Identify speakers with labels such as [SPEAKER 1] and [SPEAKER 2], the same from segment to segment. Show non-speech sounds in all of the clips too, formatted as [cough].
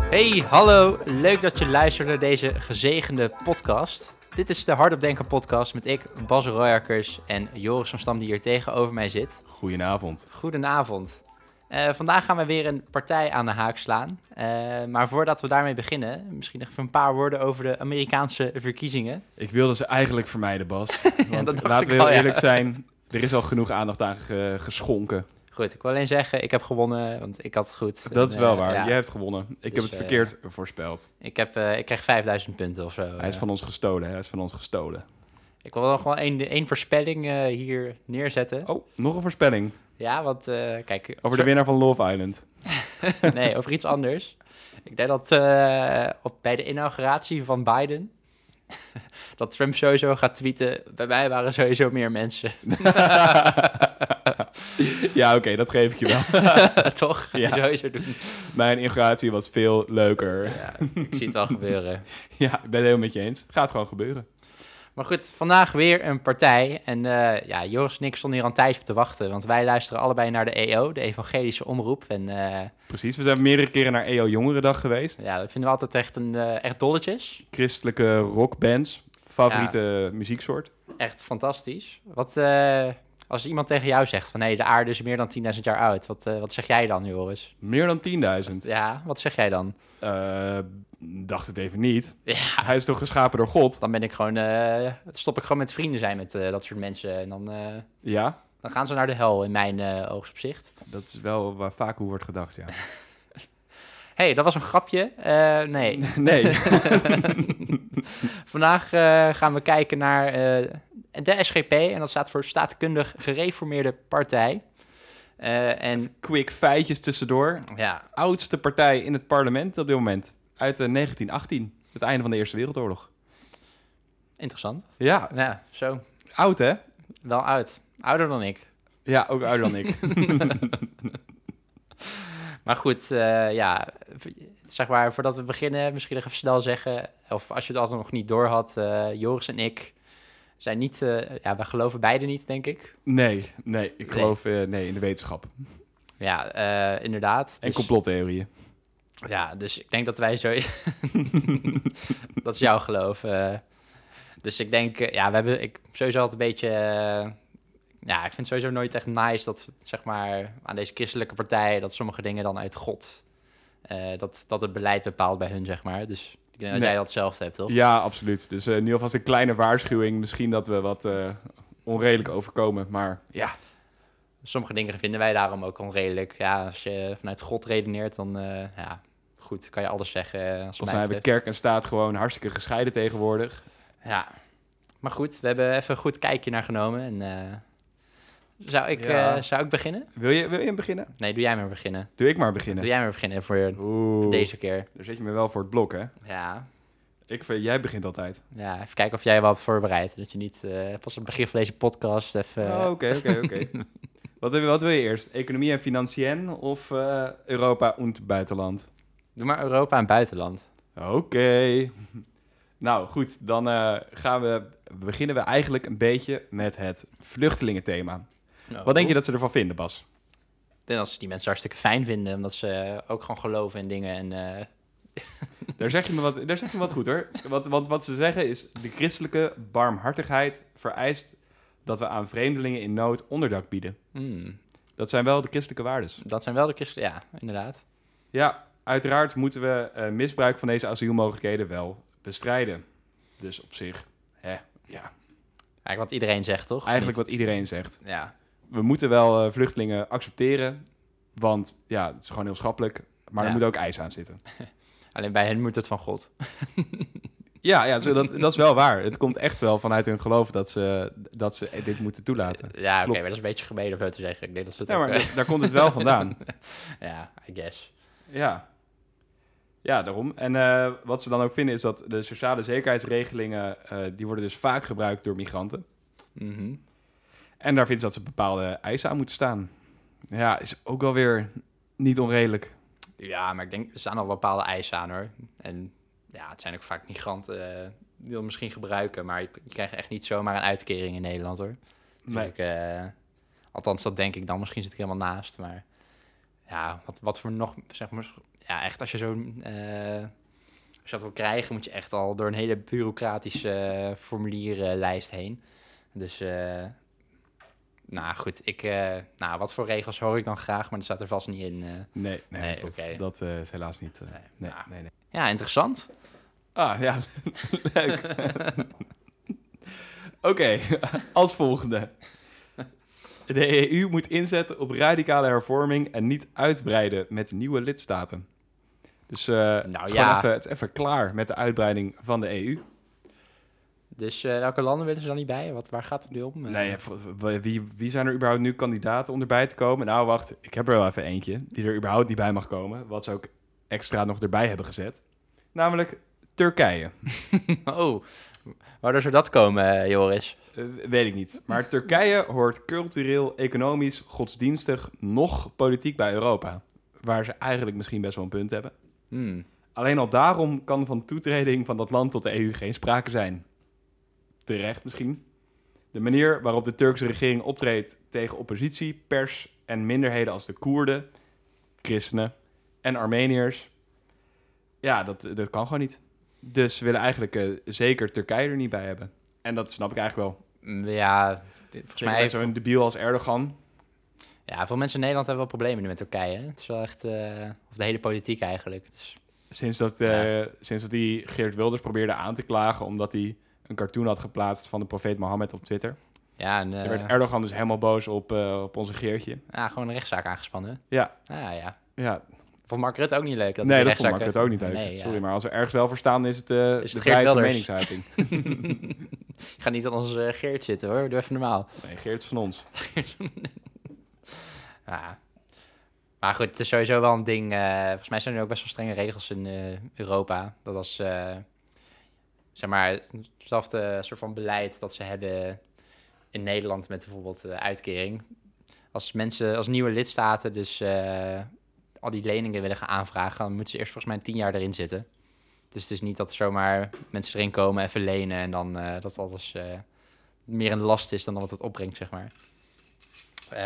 [SPEAKER 1] Hey, hallo. Leuk dat je luistert naar deze gezegende podcast. Dit is de Hardop Denken podcast met ik, Bas Royakkers en Joris van Stam die hier tegenover mij zit.
[SPEAKER 2] Goedenavond.
[SPEAKER 1] Goedenavond. Eh, vandaag gaan we weer een partij aan de haak slaan. Eh, maar voordat we daarmee beginnen, misschien nog even een paar woorden over de Amerikaanse verkiezingen.
[SPEAKER 2] Ik wilde ze eigenlijk vermijden,
[SPEAKER 1] [laughs]
[SPEAKER 2] Bas. Want
[SPEAKER 1] dat dacht
[SPEAKER 2] laten
[SPEAKER 1] ik
[SPEAKER 2] we heel
[SPEAKER 1] al, ja.
[SPEAKER 2] eerlijk zijn, er is al genoeg aandacht aan ge- geschonken.
[SPEAKER 1] Goed, ik wil alleen zeggen, ik heb gewonnen, want ik had het goed.
[SPEAKER 2] Dat is
[SPEAKER 1] En,
[SPEAKER 2] wel
[SPEAKER 1] eh,
[SPEAKER 2] waar.
[SPEAKER 1] ja,
[SPEAKER 2] Jij hebt gewonnen. Ik heb
[SPEAKER 1] Dus,
[SPEAKER 2] het
[SPEAKER 1] eh,
[SPEAKER 2] verkeerd voorspeld.
[SPEAKER 1] ik, heb, eh, ik kreeg 5000 punten of zo.
[SPEAKER 2] Hij is
[SPEAKER 1] Eh,
[SPEAKER 2] van ons gestolen. Hij is van ons gestolen.
[SPEAKER 1] Ik wil nog wel één, één voorspelling eh, hier neerzetten.
[SPEAKER 2] Oh, nog een voorspelling
[SPEAKER 1] Ja, want eh, kijk...
[SPEAKER 2] over de winnaar van Love
[SPEAKER 1] [laughs]
[SPEAKER 2] Island.
[SPEAKER 1] Nee, over iets anders. Ik denk dat eh, op, bij de inauguratie van Biden... [laughs] dat Trump sowieso gaat tweeten... bij mij waren sowieso meer [laughs] mensen.
[SPEAKER 2] ja, oké, dat geef ik je
[SPEAKER 1] [laughs]
[SPEAKER 2] wel.
[SPEAKER 1] Toch? Gaat hij
[SPEAKER 2] Ja.
[SPEAKER 1] sowieso doen.
[SPEAKER 2] Mijn inauguratie was veel leuker.
[SPEAKER 1] Ja, ik zie het al gebeuren.
[SPEAKER 2] Ja, ik ben het helemaal met je eens. Gaat gewoon gebeuren.
[SPEAKER 1] Maar goed, vandaag weer een partij. En eh, ja, Joris en ik stonden hier al een tijdje op te wachten. Want wij luisteren allebei naar de EO, de Evangelische Omroep. En eh,
[SPEAKER 2] Precies, we zijn meerdere keren naar EO Jongerendag geweest.
[SPEAKER 1] ja, dat vinden we altijd echt, een, eh, echt dolletjes.
[SPEAKER 2] Christelijke rockbands, favoriete muzieksoort.
[SPEAKER 1] Echt fantastisch. Wat eh, als iemand tegen jou zegt van... hé, de aarde is meer dan 10.000 jaar oud. Wat, eh, wat zeg jij dan, Joris?
[SPEAKER 2] Meer dan 10.000.
[SPEAKER 1] Ja, wat zeg jij dan?
[SPEAKER 2] Eh, dacht het even niet.
[SPEAKER 1] Ja,
[SPEAKER 2] Hij is toch geschapen door God?
[SPEAKER 1] dan ben ik gewoon... eh, stop ik gewoon met vrienden zijn met eh, dat soort mensen. En dan, eh,
[SPEAKER 2] Ja,
[SPEAKER 1] dan gaan ze naar de hel in mijn eh oogstopzicht.
[SPEAKER 2] dat is wel waar vaak hoe wordt gedacht, ja.
[SPEAKER 1] Hé, hey, dat was een grapje. Eh, nee,
[SPEAKER 2] [laughs] [laughs] Nee,
[SPEAKER 1] Vandaag eh, gaan we kijken naar eh, de SGP. En dat staat voor Staatkundig Gereformeerde Partij. Eh, en
[SPEAKER 2] quick feitjes tussendoor.
[SPEAKER 1] ja,
[SPEAKER 2] Oudste partij in het parlement op dit moment. Uit eh, 1918, het einde van de Eerste Wereldoorlog.
[SPEAKER 1] interessant.
[SPEAKER 2] Ja,
[SPEAKER 1] Ja, zo.
[SPEAKER 2] oud hè?
[SPEAKER 1] Wel oud. Ouder dan ik.
[SPEAKER 2] Ja, ook ouder dan ik.
[SPEAKER 1] Maar goed, eh, ja, v- zeg maar, voordat we beginnen, misschien nog even snel zeggen, of als je het altijd nog niet door had, eh, Joris en ik zijn niet, eh, ja, we geloven beide niet, denk ik.
[SPEAKER 2] [laughs] Nee, nee, ik geloof eh, nee, in de wetenschap.
[SPEAKER 1] Ja, eh, inderdaad.
[SPEAKER 2] En
[SPEAKER 1] Dus-
[SPEAKER 2] complottheorieën.
[SPEAKER 1] Ja, dus ik denk dat wij zo. [laughs] dat is jouw geloof. eh. dus ik denk, eh, ja, we hebben. Ik sowieso altijd een beetje. eh, ja, ik vind het sowieso nooit echt nice dat, zeg maar, aan deze christelijke partij. dat sommige dingen dan uit God. eh, dat, dat het beleid bepaalt bij hun, zeg maar. Dus ik denk dat
[SPEAKER 2] Nee.
[SPEAKER 1] jij dat zelf hebt, toch?
[SPEAKER 2] Ja, absoluut. Dus eh, nu alvast een kleine waarschuwing. Misschien dat we wat eh, onredelijk overkomen. Maar ja,
[SPEAKER 1] Sommige dingen vinden wij daarom ook onredelijk. Ja, als je vanuit God redeneert, dan. eh, ja, goed, kan je alles zeggen. eh, Als
[SPEAKER 2] volgens mij
[SPEAKER 1] mij
[SPEAKER 2] hebben
[SPEAKER 1] betreft.
[SPEAKER 2] kerk en staat gewoon hartstikke gescheiden tegenwoordig.
[SPEAKER 1] Ja. Maar goed, we hebben even een goed kijkje naar genomen. En, eh, zou, ik,
[SPEAKER 2] Ja.
[SPEAKER 1] eh, zou ik beginnen?
[SPEAKER 2] Wil je, wil je hem beginnen?
[SPEAKER 1] Nee, doe jij maar beginnen.
[SPEAKER 2] Doe ik maar beginnen.
[SPEAKER 1] Doe jij maar beginnen voor
[SPEAKER 2] Oeh,
[SPEAKER 1] deze keer.
[SPEAKER 2] daar zet je me wel voor het blok, hè?
[SPEAKER 1] Ja.
[SPEAKER 2] Ik, vind- jij begint altijd.
[SPEAKER 1] ja. Even kijken of jij wel hebt voorbereid. Dat je niet eh, pas aan het begin van deze podcast even... eh,
[SPEAKER 2] Oh, Oké, oké, oké. Wat wil je- wat wil je eerst? Economie en financiën of eh, Europa en buitenland?
[SPEAKER 1] Doe maar Europa en buitenland.
[SPEAKER 2] Oké. [laughs] Nou, goed. Dan eh, gaan we, beginnen we eigenlijk een beetje met het vluchtelingenthema. Wat denk je dat ze ervan vinden, Bas?
[SPEAKER 1] Ik denk dat ze die mensen hartstikke fijn vinden. Omdat ze eh, ook gewoon geloven in dingen. En, eh,
[SPEAKER 2] Daar zeg je me wat, daar zeg je me wat goed, hoor. Want, want wat ze zeggen is... De christelijke barmhartigheid vereist dat we aan vreemdelingen in nood onderdak bieden.
[SPEAKER 1] hmm,
[SPEAKER 2] Dat zijn wel de christelijke waardes.
[SPEAKER 1] dat zijn wel de christen... Ja, inderdaad.
[SPEAKER 2] Ja, uiteraard moeten we eh, misbruik van deze asielmogelijkheden wel bestrijden. Dus op zich, hè, ja,
[SPEAKER 1] Eigenlijk wat iedereen zegt, toch? Of
[SPEAKER 2] eigenlijk
[SPEAKER 1] niet?
[SPEAKER 2] wat iedereen zegt.
[SPEAKER 1] Ja.
[SPEAKER 2] We moeten wel eh, vluchtelingen accepteren, want ja, het is gewoon heel schappelijk. Maar
[SPEAKER 1] Ja.
[SPEAKER 2] er moet ook eis aan zitten.
[SPEAKER 1] Alleen bij hen moet het van God.
[SPEAKER 2] Ja, ja zo, dat, dat is wel waar. Het komt echt wel vanuit hun geloof dat ze, dat ze dit moeten toelaten.
[SPEAKER 1] Ja, oké,
[SPEAKER 2] Klopt.
[SPEAKER 1] maar dat is een beetje gemeen om zo te zeggen. Ik denk dat ze het
[SPEAKER 2] Ja,
[SPEAKER 1] ook,
[SPEAKER 2] maar
[SPEAKER 1] eh,
[SPEAKER 2] daar- daar komt het wel vandaan.
[SPEAKER 1] Ja, I guess.
[SPEAKER 2] Ja. Ja, daarom. En eh, wat ze dan ook vinden is dat de sociale zekerheidsregelingen, eh, die worden dus vaak gebruikt door migranten.
[SPEAKER 1] Mhm.
[SPEAKER 2] En daar vindt ze dat ze bepaalde eisen aan moeten staan. Ja, is ook wel weer niet onredelijk.
[SPEAKER 1] Ja, maar ik denk, er staan al bepaalde eisen aan hoor. En ja, het zijn ook vaak migranten eh, die dat misschien gebruiken, maar je, je krijgt echt niet zomaar een uitkering in Nederland hoor. Dus ik, eh, althans, dat denk ik dan. Misschien zit ik helemaal naast, maar ja, ja, wat, wat voor nog, zeg maar, ja, echt als je zo'n, eh, als je dat wil krijgen, moet je echt al door een hele bureaucratische eh, formulierenlijst heen. Dus, eh, nou goed, ik, eh, nou, wat voor regels hoor ik dan graag, maar dat staat er vast niet in. eh.
[SPEAKER 2] Nee, nee,
[SPEAKER 1] Nee,
[SPEAKER 2] klopt.
[SPEAKER 1] oké.
[SPEAKER 2] dat eh, is helaas niet. eh,
[SPEAKER 1] Nee,
[SPEAKER 2] nee,
[SPEAKER 1] nou.
[SPEAKER 2] nee, nee.
[SPEAKER 1] Ja, interessant.
[SPEAKER 2] Ah, ja, [laughs] leuk. [laughs] Oké, [laughs] als volgende. De EU moet inzetten op radicale hervorming en niet uitbreiden met nieuwe lidstaten. Dus eh, het, is
[SPEAKER 1] Nou ja.
[SPEAKER 2] gewoon even, het is even klaar met de uitbreiding van de E EU.
[SPEAKER 1] Dus eh, welke landen willen ze dan niet bij? Wat, waar gaat het nu om? Eh,
[SPEAKER 2] Nee, ja, v- w- wie, wie zijn er überhaupt nu kandidaten om erbij te komen? Nou, wacht, ik heb er wel even eentje die er überhaupt niet bij mag komen. Wat ze ook extra nog erbij hebben gezet. Namelijk Turkije.
[SPEAKER 1] [laughs] Oh, waardoor zou dat komen, eh, Joris?
[SPEAKER 2] Eh, weet ik niet. Maar Turkije hoort cultureel, economisch, godsdienstig, nog politiek bij Europa. Waar ze eigenlijk misschien best wel een punt hebben.
[SPEAKER 1] Hmm.
[SPEAKER 2] Alleen al daarom kan van toetreding van dat land tot de EU geen sprake zijn. Terecht misschien. De manier waarop de Turkse regering optreedt tegen oppositie, pers en minderheden als de Koerden, christenen en Armeniërs. Ja, dat, dat kan gewoon niet. Dus ze willen eigenlijk eh, zeker Turkije er niet bij hebben. En dat snap ik eigenlijk wel.
[SPEAKER 1] Mm, Ja, dit- volgens
[SPEAKER 2] Zeker
[SPEAKER 1] mij...
[SPEAKER 2] met zo'n debiel als Erdogan.
[SPEAKER 1] Ja, veel mensen in Nederland hebben wel problemen nu met Turkije. hè. Het is wel echt... eh, of de hele politiek eigenlijk. Dus,
[SPEAKER 2] Sinds dat, eh, sinds dat hij Geert Wilders probeerde aan te klagen omdat hij een cartoon had geplaatst van de profeet Mohammed op Twitter.
[SPEAKER 1] ja, en,
[SPEAKER 2] Toen
[SPEAKER 1] eh,
[SPEAKER 2] werd Erdogan dus helemaal boos op, eh, op onze Geertje.
[SPEAKER 1] ja, gewoon een rechtszaak aangespannen.
[SPEAKER 2] Ja.
[SPEAKER 1] Ah, ja.
[SPEAKER 2] Ja,
[SPEAKER 1] Vond Mark Rutte ook niet leuk. Dat hij
[SPEAKER 2] nee,
[SPEAKER 1] die
[SPEAKER 2] dat vond
[SPEAKER 1] rechtszaak eh,
[SPEAKER 2] Mark het
[SPEAKER 1] werd-
[SPEAKER 2] ook niet leuk.
[SPEAKER 1] Nee, ja.
[SPEAKER 2] Sorry, maar als we ergens wel voor staan, is het, eh
[SPEAKER 1] het
[SPEAKER 2] de
[SPEAKER 1] Geert
[SPEAKER 2] vrijheid van
[SPEAKER 1] Wilders?
[SPEAKER 2] meningsuiting.
[SPEAKER 1] Ik ga niet aan onze eh, Geert zitten hoor. Doe even normaal.
[SPEAKER 2] Nee, Geert is van ons.
[SPEAKER 1] Ja. Maar goed, het is sowieso wel een ding. eh, volgens mij zijn er ook best wel strenge regels in eh, Europa. Dat als, eh, zeg maar, hetzelfde soort van beleid dat ze hebben in Nederland met bijvoorbeeld de uitkering. Als mensen, als nieuwe lidstaten dus eh, al die leningen willen gaan aanvragen, dan moeten ze eerst volgens mij tien jaar erin zitten. Dus het is niet dat zomaar mensen erin komen, even lenen en dan eh, dat alles eh, meer een last is dan wat het opbrengt, zeg maar. Eh,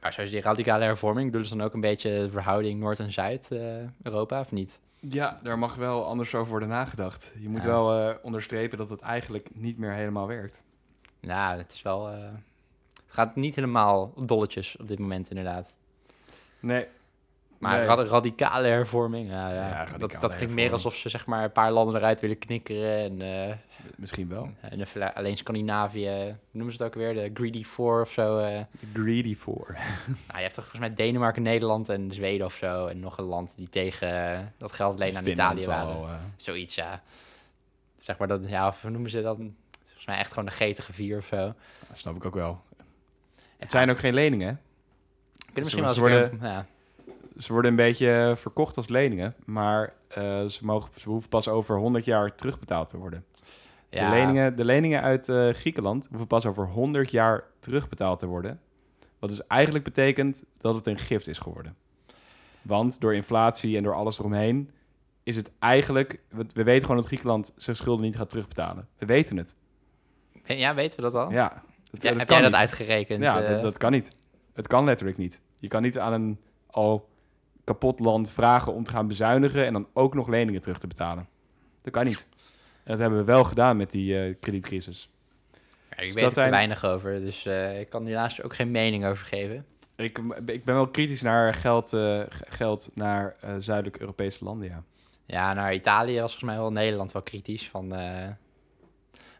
[SPEAKER 1] maar zoals die radicale hervorming, doen ze dan ook een beetje de verhouding Noord- en Zuid-Europa, of niet?
[SPEAKER 2] Ja, daar mag wel anders over worden nagedacht. Je moet
[SPEAKER 1] Ja.
[SPEAKER 2] wel eh, onderstrepen dat het eigenlijk niet meer helemaal werkt.
[SPEAKER 1] Nou, het is wel... eh, het gaat niet helemaal dolletjes op dit moment, inderdaad.
[SPEAKER 2] Nee.
[SPEAKER 1] Maar
[SPEAKER 2] Nee.
[SPEAKER 1] rad- radicale hervorming, ja, ja.
[SPEAKER 2] Ja,
[SPEAKER 1] dat, dat
[SPEAKER 2] radicale
[SPEAKER 1] klinkt meer
[SPEAKER 2] hervorming.
[SPEAKER 1] alsof ze zeg maar een paar landen eruit willen knikkeren. En, eh,
[SPEAKER 2] Misschien wel.
[SPEAKER 1] en even alleen Scandinavië, hoe noemen ze het ook weer, de Greedy Four of zo. eh.
[SPEAKER 2] Greedy for.
[SPEAKER 1] Nou, je hebt toch volgens mij Denemarken, Nederland en Zweden of zo. En nog een land die tegen eh, dat geld lenen aan Italië waren.
[SPEAKER 2] eh,
[SPEAKER 1] Zoiets, ja. Zeg maar dat, ja, of hoe noemen ze dat? Volgens mij echt gewoon de getige vier of zo. Kunnen
[SPEAKER 2] Dat snap ik ook wel. Het zijn ook geen leningen.
[SPEAKER 1] we misschien
[SPEAKER 2] Ze
[SPEAKER 1] wel eens
[SPEAKER 2] worden-
[SPEAKER 1] een keer- ja.
[SPEAKER 2] Ze worden een beetje eh, verkocht als leningen, maar eh, ze, mogen, ze hoeven pas over 100 jaar terugbetaald te worden.
[SPEAKER 1] ja,
[SPEAKER 2] De, leningen, de leningen uit eh, Griekenland hoeven pas over 100 jaar terugbetaald te worden. Wat dus eigenlijk betekent dat het een gift is geworden. Want door inflatie en door alles eromheen is het eigenlijk... We, we weten gewoon dat Griekenland zijn schulden niet gaat terugbetalen. We weten het.
[SPEAKER 1] Ja, weten we dat al? Ja,
[SPEAKER 2] Ja, dat,
[SPEAKER 1] heb
[SPEAKER 2] kan
[SPEAKER 1] jij dat
[SPEAKER 2] niet.
[SPEAKER 1] uitgerekend?
[SPEAKER 2] Ja,
[SPEAKER 1] eh?
[SPEAKER 2] dat, dat kan niet. Het kan letterlijk niet. Je kan niet aan een al kapot land vragen om te gaan bezuinigen en dan ook nog leningen terug te betalen. Dat kan niet. En dat hebben we wel gedaan met die eh, kredietcrisis.
[SPEAKER 1] Ja, ik weet
[SPEAKER 2] is dus dat
[SPEAKER 1] er te
[SPEAKER 2] zijn-
[SPEAKER 1] weinig over, dus eh, ik kan hiernaast ook geen mening over geven.
[SPEAKER 2] Ik, ik ben wel kritisch naar geld, eh, g- geld naar eh, zuidelijk Europese landen, ja.
[SPEAKER 1] Ja, naar Italië was volgens mij wel Nederland wel kritisch van... eh,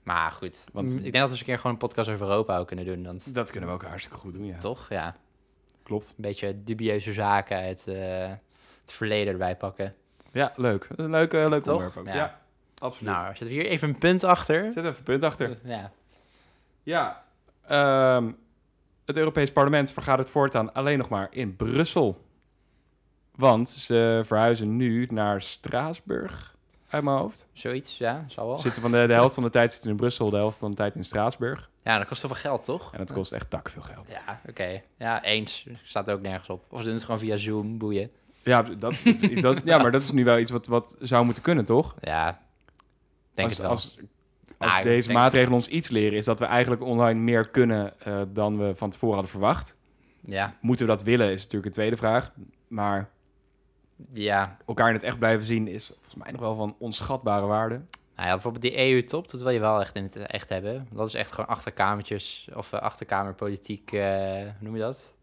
[SPEAKER 1] Maar goed,
[SPEAKER 2] Want-
[SPEAKER 1] want... Mm, ik denk dat we eens een keer gewoon een podcast over Europa ook kunnen doen. Want
[SPEAKER 2] Dat kunnen we ook hartstikke goed doen, ja.
[SPEAKER 1] toch, ja,
[SPEAKER 2] Klopt.
[SPEAKER 1] een beetje dubieuze zaken uit eh, het verleden erbij pakken.
[SPEAKER 2] Ja, leuk. Een leuk, eh, leuk
[SPEAKER 1] Toch?
[SPEAKER 2] onderwerp ook. Ja,
[SPEAKER 1] Ja.
[SPEAKER 2] absoluut.
[SPEAKER 1] Nou, zetten we hier even een punt achter.
[SPEAKER 2] Zet even een punt achter.
[SPEAKER 1] Ja.
[SPEAKER 2] Ja, ehm, het Europees Parlement vergadert voortaan alleen nog maar in Brussel. Want ze verhuizen nu naar Straatsburg, uit mijn hoofd.
[SPEAKER 1] Zoiets, ja, zal wel.
[SPEAKER 2] Ze Zitten van de, de helft van de tijd zitten in Brussel, de helft van de tijd in Straatsburg.
[SPEAKER 1] Ja, dat kost heel veel geld, toch?
[SPEAKER 2] En dat kost echt tak veel geld.
[SPEAKER 1] Ja, oké. Ja, eens. Staat ook nergens op. Of ze doen het gewoon via Zoom, boeien.
[SPEAKER 2] Ja, dat, dat, ja maar dat is nu wel iets wat, wat zou moeten kunnen, toch?
[SPEAKER 1] Ja, denk
[SPEAKER 2] als
[SPEAKER 1] het wel.
[SPEAKER 2] als, als
[SPEAKER 1] Nou, ik
[SPEAKER 2] deze
[SPEAKER 1] denk-
[SPEAKER 2] maatregelen ons iets leren, is dat we eigenlijk online meer kunnen eh, dan we van tevoren hadden verwacht.
[SPEAKER 1] Ja,
[SPEAKER 2] Moeten we dat willen, is natuurlijk een tweede vraag. Maar
[SPEAKER 1] Ja,
[SPEAKER 2] elkaar in het echt blijven zien is volgens mij nog wel van onschatbare waarde.
[SPEAKER 1] Nou ja, bijvoorbeeld die EU-top, dat wil je wel echt in het echt hebben. Dat is echt gewoon achterkamertjes of eh, achterkamerpolitiek, eh, hoe noem je dat?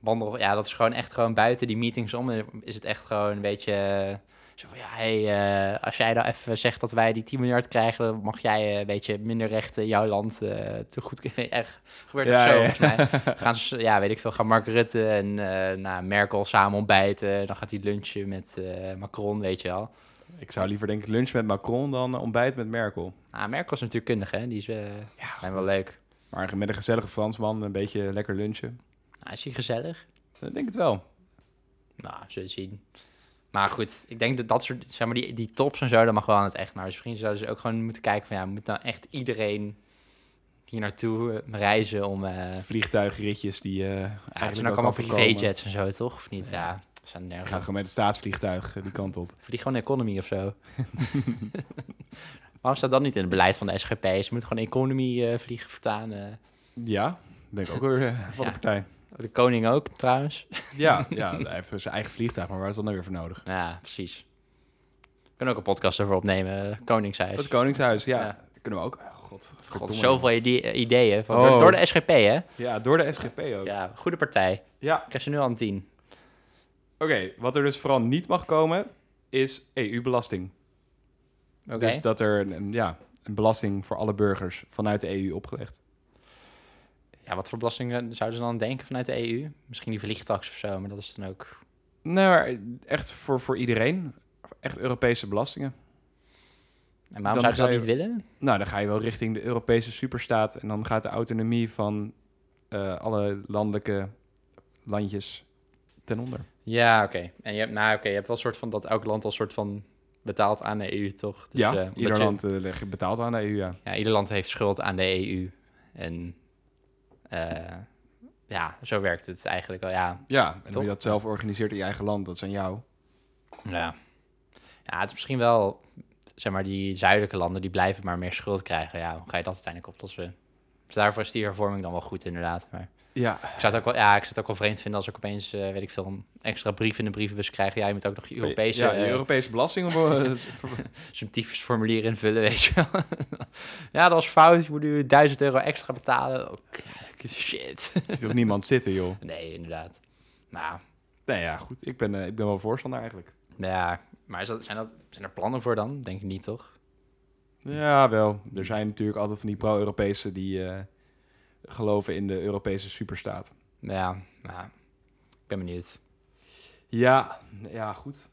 [SPEAKER 1] Wandel, ja, dat is gewoon echt gewoon buiten die meetings om. eh, Is het echt gewoon een beetje eh, zo van, ja, hey, eh, als jij nou even zegt dat wij die 10 miljard krijgen, dan mag jij eh, een beetje minder rechten in jouw land eh te goed. [laughs] Echt, gebeurt
[SPEAKER 2] Ja,
[SPEAKER 1] echt zo,
[SPEAKER 2] ja.
[SPEAKER 1] volgens
[SPEAKER 2] [laughs]
[SPEAKER 1] mij. Gaan ze, ja, weet ik veel, gaan Mark Rutte en eh, nou, Merkel samen ontbijten. Dan gaat hij lunchen met eh, Macron, weet je wel.
[SPEAKER 2] Ik zou liever denk ik lunch met Macron dan eh, ontbijt met Merkel.
[SPEAKER 1] Ah, Merkel is natuurkundige, hè? Die is eh,
[SPEAKER 2] Ja,
[SPEAKER 1] zijn wel leuk.
[SPEAKER 2] Maar met een gezellige Fransman een beetje lekker lunchen.
[SPEAKER 1] Ah, is hij gezellig?
[SPEAKER 2] Ik denk het wel.
[SPEAKER 1] Nou, zullen we zien. Maar goed, ik denk dat dat soort, zeg maar, die, die tops en zo, dat mag wel aan het echt. Maar dus misschien zouden ze ook gewoon moeten kijken van, ja, moet nou echt iedereen hier naartoe eh, reizen om... eh ja,
[SPEAKER 2] Vliegtuigritjes die eh
[SPEAKER 1] het
[SPEAKER 2] eigenlijk
[SPEAKER 1] zijn ook
[SPEAKER 2] wel
[SPEAKER 1] allemaal
[SPEAKER 2] kan voorkomen.
[SPEAKER 1] privéjets en zo, toch? Of niet? Ja, ze zijn
[SPEAKER 2] We
[SPEAKER 1] nergens.
[SPEAKER 2] gaan gewoon met het staatsvliegtuig eh, die kant op.
[SPEAKER 1] Vlieg gewoon economy of [laughs] zo. Waarom staat dat niet in het beleid van de SGP? Ze moeten gewoon economy eh, vliegen vertaan. eh.
[SPEAKER 2] Ja, ben ik ook weer eh, van
[SPEAKER 1] Ja.
[SPEAKER 2] de partij.
[SPEAKER 1] de koning ook, trouwens.
[SPEAKER 2] Ja, [laughs] ja, hij heeft dus zijn eigen vliegtuig, maar waar is dat nou weer voor nodig?
[SPEAKER 1] Ja, precies. We kunnen ook een podcast ervoor opnemen, eh, Koningshuis.
[SPEAKER 2] Het Koningshuis, ja.
[SPEAKER 1] Ja.
[SPEAKER 2] Kunnen we ook. Oh, God,
[SPEAKER 1] God,
[SPEAKER 2] verdomme.
[SPEAKER 1] zoveel ide- eh, ideeën. Van,
[SPEAKER 2] Oh.
[SPEAKER 1] door- Door de SGP, hè?
[SPEAKER 2] Ja, door de SGP ook. Ja.
[SPEAKER 1] Ja, goede partij. Ik krijg ze nu al een tien.
[SPEAKER 2] Oké, wat er dus vooral niet mag komen, is EU-belasting.
[SPEAKER 1] Oké.
[SPEAKER 2] Dus dat er een- een, ja, een belasting voor alle burgers vanuit de EU opgelegd.
[SPEAKER 1] Ja, wat voor belastingen zouden ze dan denken vanuit de EU? Misschien die vliegtax of zo, maar dat is dan ook...
[SPEAKER 2] Nou, maar echt voor, voor iedereen. Echt Europese belastingen.
[SPEAKER 1] En
[SPEAKER 2] Dan
[SPEAKER 1] waarom zouden ze dat
[SPEAKER 2] zou je-
[SPEAKER 1] niet willen?
[SPEAKER 2] Nou, dan ga je wel richting de Europese superstaat. En dan gaat de autonomie van eh, alle landelijke landjes ten onder.
[SPEAKER 1] Ja, oké. En je hebt, nou, oké, je hebt wel een soort van dat elk land al soort van betaalt aan de EU, toch? Dus, eh,
[SPEAKER 2] ja,
[SPEAKER 1] omdat
[SPEAKER 2] ieder
[SPEAKER 1] je-
[SPEAKER 2] land eh, leg- betaalt aan de EU, ja.
[SPEAKER 1] ja, ieder land heeft schuld aan de EU. En eh, ja, zo werkt het eigenlijk wel. Ja,
[SPEAKER 2] Ja, en
[SPEAKER 1] Toch?
[SPEAKER 2] hoe je dat zelf organiseert in je eigen land, dat is aan jou.
[SPEAKER 1] Ja. ja, het is misschien wel, zeg maar, die zuidelijke landen die blijven maar meer schuld krijgen. Ja, hoe ga je dat uiteindelijk oplossen? Dus daarvoor is die hervorming dan wel goed, inderdaad. Maar
[SPEAKER 2] Ja,
[SPEAKER 1] ik zou het ook wel, ja, ik zou het ook wel vreemd vinden als ik opeens, eh, weet ik veel, een extra brief in de brievenbus krijg. Ja, je moet ook nog je Europese
[SPEAKER 2] ja,
[SPEAKER 1] ja,
[SPEAKER 2] je Europese belasting. Op,
[SPEAKER 1] [laughs]
[SPEAKER 2] eh,
[SPEAKER 1] formulier invullen, weet je wel. [laughs] ja, dat was fout. Je moet nu 1000 euro extra betalen. Oh, k- shit. [laughs]
[SPEAKER 2] ziet toch niemand zitten, joh.
[SPEAKER 1] nee, inderdaad. Nou,
[SPEAKER 2] Nou ja, goed. Ik ben, eh, ik ben wel voorstander eigenlijk.
[SPEAKER 1] ja, maar is dat, zijn, dat, zijn er plannen voor dan? Denk ik niet, toch?
[SPEAKER 2] Ja, wel. Er zijn natuurlijk altijd van die pro-Europese die eh, geloven in de Europese superstaat.
[SPEAKER 1] Ja, nou, ik ben benieuwd.
[SPEAKER 2] Ja, ja, goed.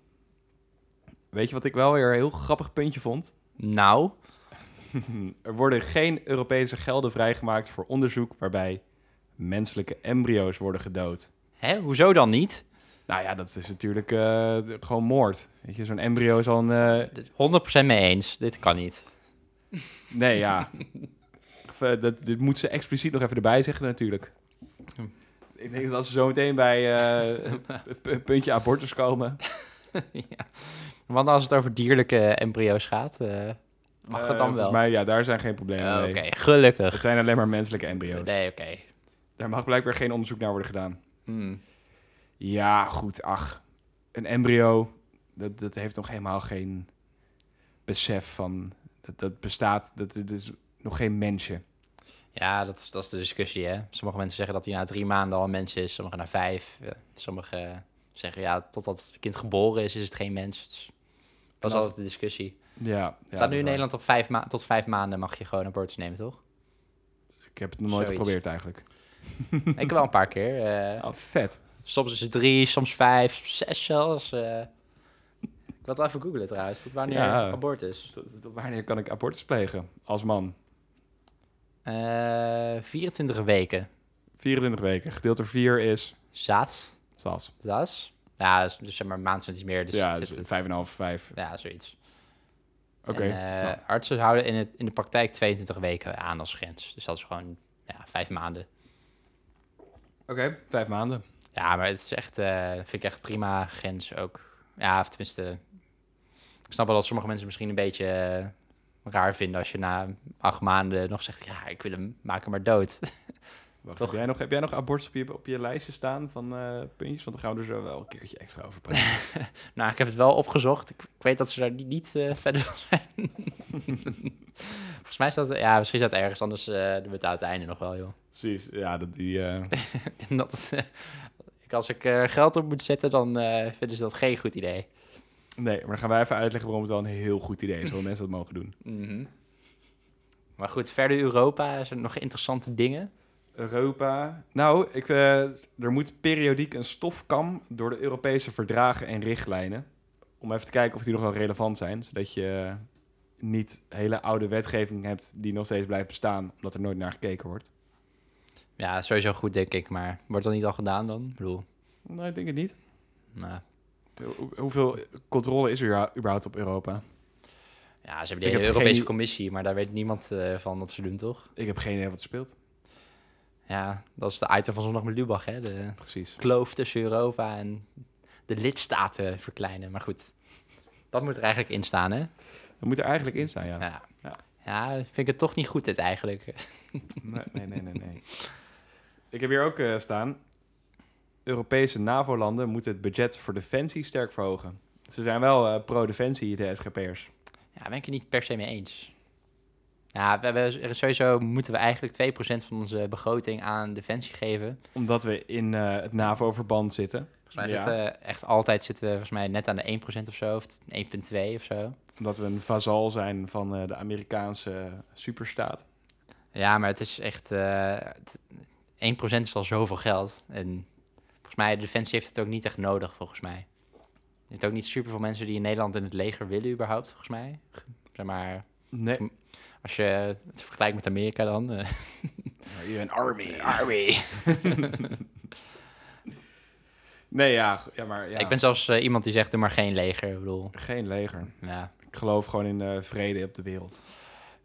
[SPEAKER 2] Weet je wat ik wel weer een heel grappig puntje [laughs] vond?
[SPEAKER 1] Nou,
[SPEAKER 2] er worden geen Europese gelden vrijgemaakt voor onderzoek waarbij menselijke embryo's worden gedood.
[SPEAKER 1] hè, hoezo dan niet?
[SPEAKER 2] Nou ja, dat is natuurlijk eh, gewoon moord. Weet je, zo'n embryo is al een, eh,
[SPEAKER 1] 100% mee eens, dit kan niet.
[SPEAKER 2] Nee,
[SPEAKER 1] [laughs]
[SPEAKER 2] ja. Of, eh, dat, dit moet ze expliciet nog even erbij zeggen natuurlijk.
[SPEAKER 1] Hm.
[SPEAKER 2] Ik denk dat als ze zo meteen bij
[SPEAKER 1] [laughs]
[SPEAKER 2] eh, het pu- puntje abortus komen...
[SPEAKER 1] ja. Want als het over dierlijke embryo's gaat, eh, mag
[SPEAKER 2] eh,
[SPEAKER 1] dat dan wel?
[SPEAKER 2] volgens mij, ja, daar zijn geen problemen
[SPEAKER 1] Oh, Oké,
[SPEAKER 2] mee.
[SPEAKER 1] gelukkig.
[SPEAKER 2] Het zijn alleen maar menselijke embryo's.
[SPEAKER 1] Nee, oké.
[SPEAKER 2] Daar mag blijkbaar geen onderzoek naar worden gedaan.
[SPEAKER 1] Hmm.
[SPEAKER 2] Ja, goed, ach. Een embryo, dat, dat heeft nog helemaal geen besef van... Dat, dat bestaat, dat, dat is nog geen mensje.
[SPEAKER 1] Ja, dat is, dat is de discussie, hè. Sommige mensen zeggen dat hij na drie maanden al een mens is, sommigen na vijf. eh, Sommigen zeggen, ja, totdat het kind geboren is, is het geen mens. Dus dat
[SPEAKER 2] als-
[SPEAKER 1] is altijd de discussie.
[SPEAKER 2] Ja, ja,
[SPEAKER 1] staat nu
[SPEAKER 2] dat is
[SPEAKER 1] in
[SPEAKER 2] waar.
[SPEAKER 1] Nederland op vijf ma- tot vijf maanden mag je gewoon abortus nemen, toch? [laughs]
[SPEAKER 2] Ik heb het nog nooit
[SPEAKER 1] Zoiets.
[SPEAKER 2] geprobeerd eigenlijk.
[SPEAKER 1] Ik wel een paar keer. eh,
[SPEAKER 2] Oh, vet.
[SPEAKER 1] Soms is het drie, soms vijf, soms zes zelfs. eh. Ik wil het wel even googlen trouwens, tot wanneer
[SPEAKER 2] Ja.
[SPEAKER 1] abortus.
[SPEAKER 2] Tot, tot wanneer kan ik abortus plegen als man?
[SPEAKER 1] Eh 24 weken.
[SPEAKER 2] 24 weken. Gedeeld door 4 is...
[SPEAKER 1] Zaad,
[SPEAKER 2] Zoals.
[SPEAKER 1] dat Ja, dus, dus zeg maar een maand en iets meer. Dus
[SPEAKER 2] ja,
[SPEAKER 1] het
[SPEAKER 2] dus
[SPEAKER 1] zit-
[SPEAKER 2] 5,5, 5.
[SPEAKER 1] ja, zoiets.
[SPEAKER 2] Oké.
[SPEAKER 1] En, eh,
[SPEAKER 2] nou.
[SPEAKER 1] Artsen houden in, het, in de praktijk 22 weken aan als grens. Dus dat is gewoon ja, vijf maanden.
[SPEAKER 2] Oké, vijf maanden.
[SPEAKER 1] Ja, maar het is echt, eh, vind ik echt prima grens ook. Ja, of tenminste, ik snap wel dat sommige mensen misschien een beetje eh, raar vinden als je na acht maanden nog zegt, ja, ik wil hem, maak hem maar dood. [laughs]
[SPEAKER 2] Wacht,
[SPEAKER 1] Toch?
[SPEAKER 2] heb, jij nog, heb jij nog abortus op je, op je lijstje staan van eh, puntjes? Want dan gaan we er zo wel een keertje extra over praten.
[SPEAKER 1] [laughs] Nou, ik heb het wel opgezocht. Ik, ik weet dat ze daar ni- niet eh, [laughs] verder van zijn. Volgens mij staat het... Ja, misschien staat het ergens, anders eh, doen we het aan het einde nog wel, joh. [laughs]
[SPEAKER 2] Precies, ja, dat die... eh,
[SPEAKER 1] En dat, is, eh, ik- als ik eh, geld op moet zetten, dan eh, vinden ze dat geen goed idee.
[SPEAKER 2] Nee, maar dan gaan wij even uitleggen waarom het wel een heel goed idee is, waarom [laughs] mensen dat mogen doen.
[SPEAKER 1] Mhm. Maar goed, verder Europa, zijn er nog interessante dingen?
[SPEAKER 2] Europa. Nou, ik, eh, er moet periodiek een stofkam door de Europese verdragen en richtlijnen. Om even te kijken of die nog wel relevant zijn. Zodat je niet hele oude wetgeving hebt die nog steeds blijft bestaan, omdat er nooit naar gekeken wordt.
[SPEAKER 1] Ja, sowieso goed, denk ik. Maar wordt dat niet al gedaan dan? Ik bedoel,
[SPEAKER 2] Nee, ik denk het niet.
[SPEAKER 1] nou,
[SPEAKER 2] Hoe- Hoeveel controle is er überhaupt op Europa?
[SPEAKER 1] ja, ze
[SPEAKER 2] Ik
[SPEAKER 1] hebben de
[SPEAKER 2] heb
[SPEAKER 1] Europese
[SPEAKER 2] geen-
[SPEAKER 1] Commissie, maar daar weet niemand eh, van wat ze doen, toch?
[SPEAKER 2] Ik heb geen idee wat er speelt.
[SPEAKER 1] Ja, dat is de item van zondag met Lubach, hè? De
[SPEAKER 2] Precies.
[SPEAKER 1] kloof tussen Europa en de lidstaten verkleinen. Maar goed, dat moet er eigenlijk in staan, hè?
[SPEAKER 2] Dat moet er eigenlijk in staan, ja.
[SPEAKER 1] Ja.
[SPEAKER 2] Ja.
[SPEAKER 1] Ja, vind ik het toch niet goed, dit eigenlijk.
[SPEAKER 2] Nee, nee, nee, nee. nee. [laughs] Ik heb hier ook eh, staan. Europese NAVO-landen moeten het budget voor defensie sterk verhogen. Ze zijn wel eh, pro-defensie, de SGP'ers.
[SPEAKER 1] Ja, daar ben ik het niet per se mee eens. Ja, we hebben, er is sowieso moeten we eigenlijk 2% van onze begroting aan defensie geven.
[SPEAKER 2] Omdat we in eh, het NAVO-verband zitten.
[SPEAKER 1] Volgens mij
[SPEAKER 2] Ja.
[SPEAKER 1] zitten we echt altijd zitten we volgens mij net aan de 1% of zo, of 1,2 of zo.
[SPEAKER 2] Omdat we een vazal zijn van eh, de Amerikaanse eh, superstaat.
[SPEAKER 1] Ja, maar het is echt... eh, het- 1% is al zoveel geld. En volgens mij, de defensie heeft het ook niet echt nodig, volgens mij. Er zitten ook niet super veel mensen die in Nederland in het leger willen überhaupt, volgens mij. Zeg maar,
[SPEAKER 2] Nee.
[SPEAKER 1] als je het vergelijkt met Amerika dan... eh,
[SPEAKER 2] Een army. Nee, ja. ja maar ja.
[SPEAKER 1] [laughs] Ik ben zelfs eh, iemand die zegt, doe maar geen leger. Ik bedoel,
[SPEAKER 2] geen leger.
[SPEAKER 1] ja.
[SPEAKER 2] Ik geloof gewoon in eh, vrede op de wereld.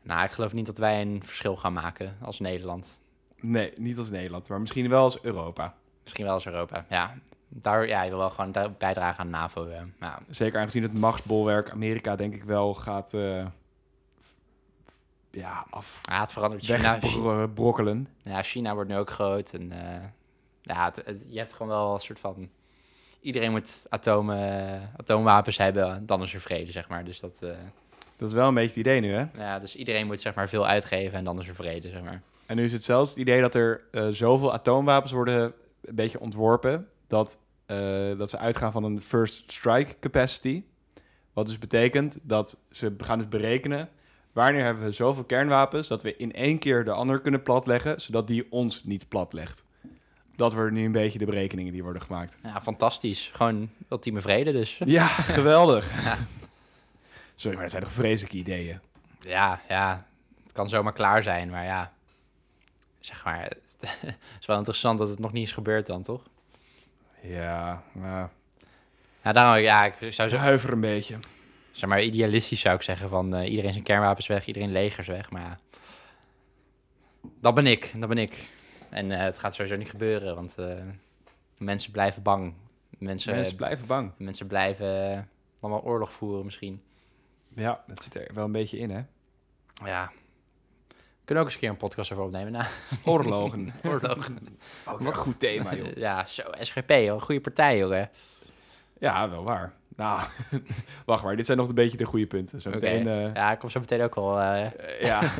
[SPEAKER 1] Nou, ik geloof niet dat wij een verschil gaan maken als Nederland.
[SPEAKER 2] Nee, niet als Nederland, maar misschien wel als Europa.
[SPEAKER 1] Misschien wel als Europa, ja. Daar, ja, je wil wel gewoon daar bijdragen aan NAVO. eh, Ja.
[SPEAKER 2] Zeker aangezien het machtsbolwerk Amerika denk ik wel gaat eh, ja, af
[SPEAKER 1] Ja, het verandert. China, Chi-
[SPEAKER 2] wegbrokkelen.
[SPEAKER 1] ja, China wordt nu ook groot. En, eh, ja, het- het- je hebt gewoon wel een soort van... Iedereen moet atomen, atoomwapens hebben, dan is er vrede, zeg maar. Dus, dat, eh,
[SPEAKER 2] Dat is wel een beetje het idee nu, hè?
[SPEAKER 1] ja, dus iedereen moet zeg maar, veel uitgeven en dan is er vrede, zeg maar.
[SPEAKER 2] En nu is het zelfs het idee dat er eh, zoveel atoomwapens worden een beetje ontworpen... dat, eh, dat ze uitgaan van een first strike capacity. Wat dus betekent dat ze gaan dus berekenen... wanneer hebben we zoveel kernwapens dat we in één keer de ander kunnen platleggen... zodat die ons niet platlegt. Dat worden nu een beetje de berekeningen die worden gemaakt.
[SPEAKER 1] Ja, fantastisch. Gewoon ultieme vrede dus.
[SPEAKER 2] Ja, [laughs] geweldig.
[SPEAKER 1] Ja.
[SPEAKER 2] Sorry, maar dat zijn toch vreselijke ideeën?
[SPEAKER 1] Ja, ja. Het kan zomaar klaar zijn, maar ja. Zeg maar, [laughs] het is wel interessant dat het nog niet is gebeurd dan, toch?
[SPEAKER 2] Ja, maar...
[SPEAKER 1] Ja, daarom, ja, ik zou
[SPEAKER 2] Ze
[SPEAKER 1] zo,
[SPEAKER 2] huiveren een beetje.
[SPEAKER 1] zeg maar idealistisch zou ik zeggen van eh, iedereen zijn kernwapens weg, iedereen legers weg, maar ja. Dat ben ik, dat ben ik. En eh, het gaat sowieso niet gebeuren, want eh, mensen blijven bang. Mensen,
[SPEAKER 2] Mensen
[SPEAKER 1] mensen,
[SPEAKER 2] blijven bang.
[SPEAKER 1] blijven eh, allemaal oorlog voeren misschien.
[SPEAKER 2] Ja, dat zit er wel een beetje in,
[SPEAKER 1] [laughs]
[SPEAKER 2] hè?
[SPEAKER 1] Ja. We kunnen ook eens een keer een podcast over opnemen Nou. na
[SPEAKER 2] Oorlogen.
[SPEAKER 1] [laughs] oorlog.
[SPEAKER 2] Ook weer een goed
[SPEAKER 1] [laughs]
[SPEAKER 2] thema, joh.
[SPEAKER 1] Ja, zo, SGP, joh. Goede partij, jongen.
[SPEAKER 2] Ja, wel waar. Nou, [laughs] wacht maar. Dit zijn nog een beetje de goede punten. Zo
[SPEAKER 1] Oké. [laughs]
[SPEAKER 2] meteen... eh,
[SPEAKER 1] Ja, ik kom zo meteen ook al eh,
[SPEAKER 2] eh, ja. [laughs]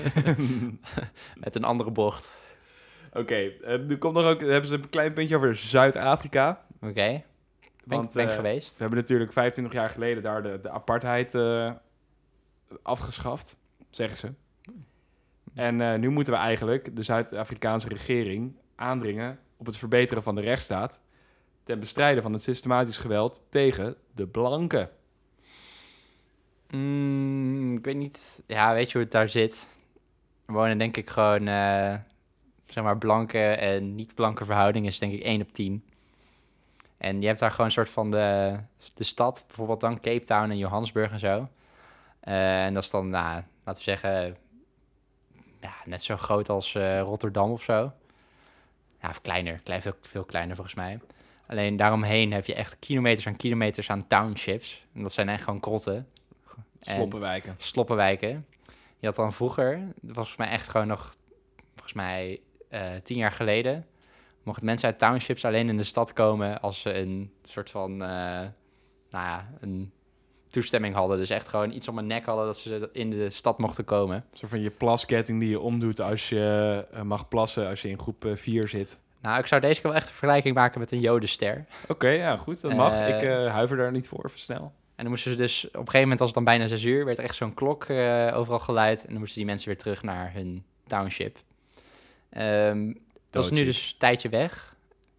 [SPEAKER 1] met een andere bocht.
[SPEAKER 2] Oké, eh, er komt nog ook... Hebben ze een klein puntje over Zuid-Afrika.
[SPEAKER 1] Oké, ben, ik-
[SPEAKER 2] Want,
[SPEAKER 1] ben ik
[SPEAKER 2] eh,
[SPEAKER 1] geweest.
[SPEAKER 2] We hebben natuurlijk 25 jaar geleden daar de, de apartheid eh, afgeschaft, zeggen ze. En eh, nu moeten we eigenlijk de Zuid-Afrikaanse regering aandringen op het verbeteren van de rechtsstaat ten bestrijden van het systematisch geweld tegen de blanken.
[SPEAKER 1] Mm, ik weet niet... Ja, weet je hoe het daar zit? Er wonen denk ik gewoon... eh, zeg maar blanke en niet-blanke verhouding is denk ik 1 op 10. En je hebt daar gewoon een soort van de, de stad. Bijvoorbeeld dan Cape Town en Johannesburg en zo. Eh, en dat is dan, nou, laten we zeggen... Ja, net zo groot als eh, Rotterdam of zo. Ja, of kleiner. Klein, veel, veel kleiner volgens mij. Alleen daaromheen heb je echt kilometers en kilometers aan townships. En dat zijn echt gewoon krotten. En-
[SPEAKER 2] Sloppenwijken.
[SPEAKER 1] sloppenwijken. Je had dan vroeger, volgens mij echt gewoon nog, volgens mij eh, tien jaar geleden mochten mensen uit townships alleen in de stad komen als ze een soort van, eh, nou ja, een toestemming hadden. Dus echt gewoon iets om hun nek hadden dat ze in de stad mochten komen.
[SPEAKER 2] Zo van je plasketting die je omdoet als je eh, mag plassen als je in groep 4 zit.
[SPEAKER 1] Nou, ik zou deze keer wel echt een vergelijking maken met een jodenster.
[SPEAKER 2] Oké, ja, goed. Dat mag.
[SPEAKER 1] Eh,
[SPEAKER 2] ik eh, huiver daar niet voor, even snel.
[SPEAKER 1] En dan moesten ze dus, op een gegeven moment was het dan bijna zes uur, werd er echt zo'n klok eh, overal geluid. En dan moesten die mensen weer terug naar hun township. Ehm, dat is nu
[SPEAKER 2] Doodsiek.
[SPEAKER 1] dus een tijdje weg.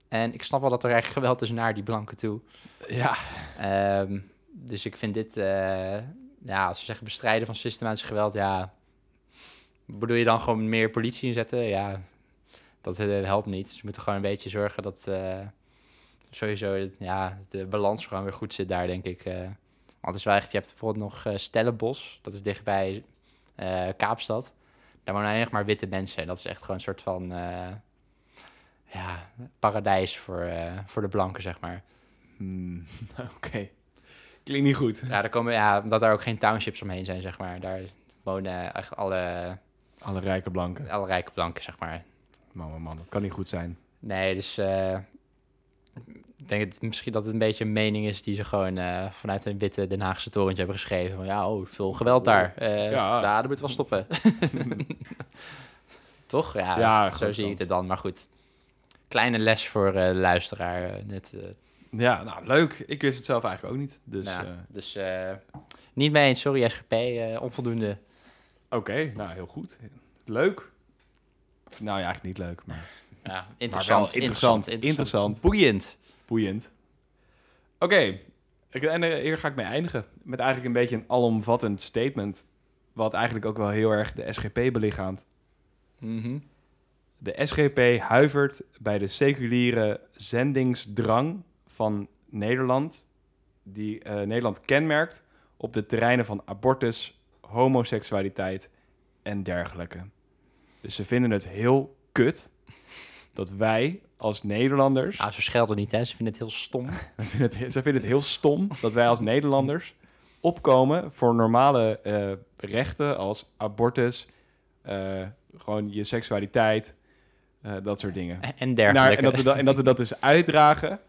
[SPEAKER 1] En ik snap wel dat er eigenlijk geweld is naar die blanken toe.
[SPEAKER 2] Ja,
[SPEAKER 1] Ehm, dus ik vind dit, eh, ja, als we zeggen bestrijden van systematisch geweld, ja. Bedoel je dan gewoon meer politie inzetten? Ja, dat eh, helpt niet. Dus we moeten gewoon een beetje zorgen dat eh, sowieso ja, de balans gewoon weer goed zit daar, denk ik. eh. want het is wel echt, je hebt bijvoorbeeld nog eh, Stellenbosch, dat is dichtbij eh, Kaapstad. Daar wonen alleen nog maar witte mensen. En dat is echt gewoon een soort van eh, ja, paradijs voor, eh, voor de blanken, zeg maar.
[SPEAKER 2] Hmm, [laughs] Oké. Klinkt niet goed.
[SPEAKER 1] Ja, daar komen, ja, omdat daar ook geen townships omheen zijn, zeg maar. Daar wonen echt alle,
[SPEAKER 2] Alle rijke blanken.
[SPEAKER 1] alle rijke blanken, zeg maar.
[SPEAKER 2] Man, man, man, dat kan niet goed zijn.
[SPEAKER 1] Nee, dus eh, ik denk het, misschien dat het een beetje een mening is die ze gewoon eh, vanuit een witte Den Haagse torentje hebben geschreven. Van ja, oh, veel geweld daar. Eh
[SPEAKER 2] Ja.
[SPEAKER 1] ja. Daar moet het wel
[SPEAKER 2] [laughs]
[SPEAKER 1] stoppen. Toch? Ja,
[SPEAKER 2] Ja,
[SPEAKER 1] zo
[SPEAKER 2] grote
[SPEAKER 1] zie
[SPEAKER 2] kans.
[SPEAKER 1] ik het dan. Maar goed, kleine les voor eh, de luisteraar. eh, net, eh,
[SPEAKER 2] Ja, nou leuk. Ik wist het zelf eigenlijk ook niet. Dus
[SPEAKER 1] nou,
[SPEAKER 2] eh,
[SPEAKER 1] dus eh, niet mee eens. Sorry SGP, eh, onvoldoende.
[SPEAKER 2] oké, nou heel goed. Leuk. Of, nou ja, eigenlijk niet leuk, maar
[SPEAKER 1] Ja,
[SPEAKER 2] interessant,
[SPEAKER 1] interessant, interessant,
[SPEAKER 2] interessant, interessant.
[SPEAKER 1] Boeiend.
[SPEAKER 2] boeiend. Oké, ik- en eh, hier ga ik mee eindigen. Met eigenlijk een beetje een alomvattend statement. Wat eigenlijk ook wel heel erg de SGP belichaamt. De SGP huivert bij de seculiere zendingsdrang van Nederland, die eh, Nederland kenmerkt op de terreinen van abortus, homoseksualiteit en dergelijke. Dus ze vinden het heel kut dat wij als Nederlanders,
[SPEAKER 1] Ah, ze schelden niet, hè? Ze vinden het heel
[SPEAKER 2] [laughs]
[SPEAKER 1] stom.
[SPEAKER 2] ze vinden het, ze vinden het heel stom dat wij als Nederlanders opkomen voor normale eh, rechten als abortus, eh, gewoon je seksualiteit, eh, dat soort dingen.
[SPEAKER 1] En
[SPEAKER 2] Naar-
[SPEAKER 1] dergelijke.
[SPEAKER 2] Nou, en, dat we dat, en dat we dat dus uitdragen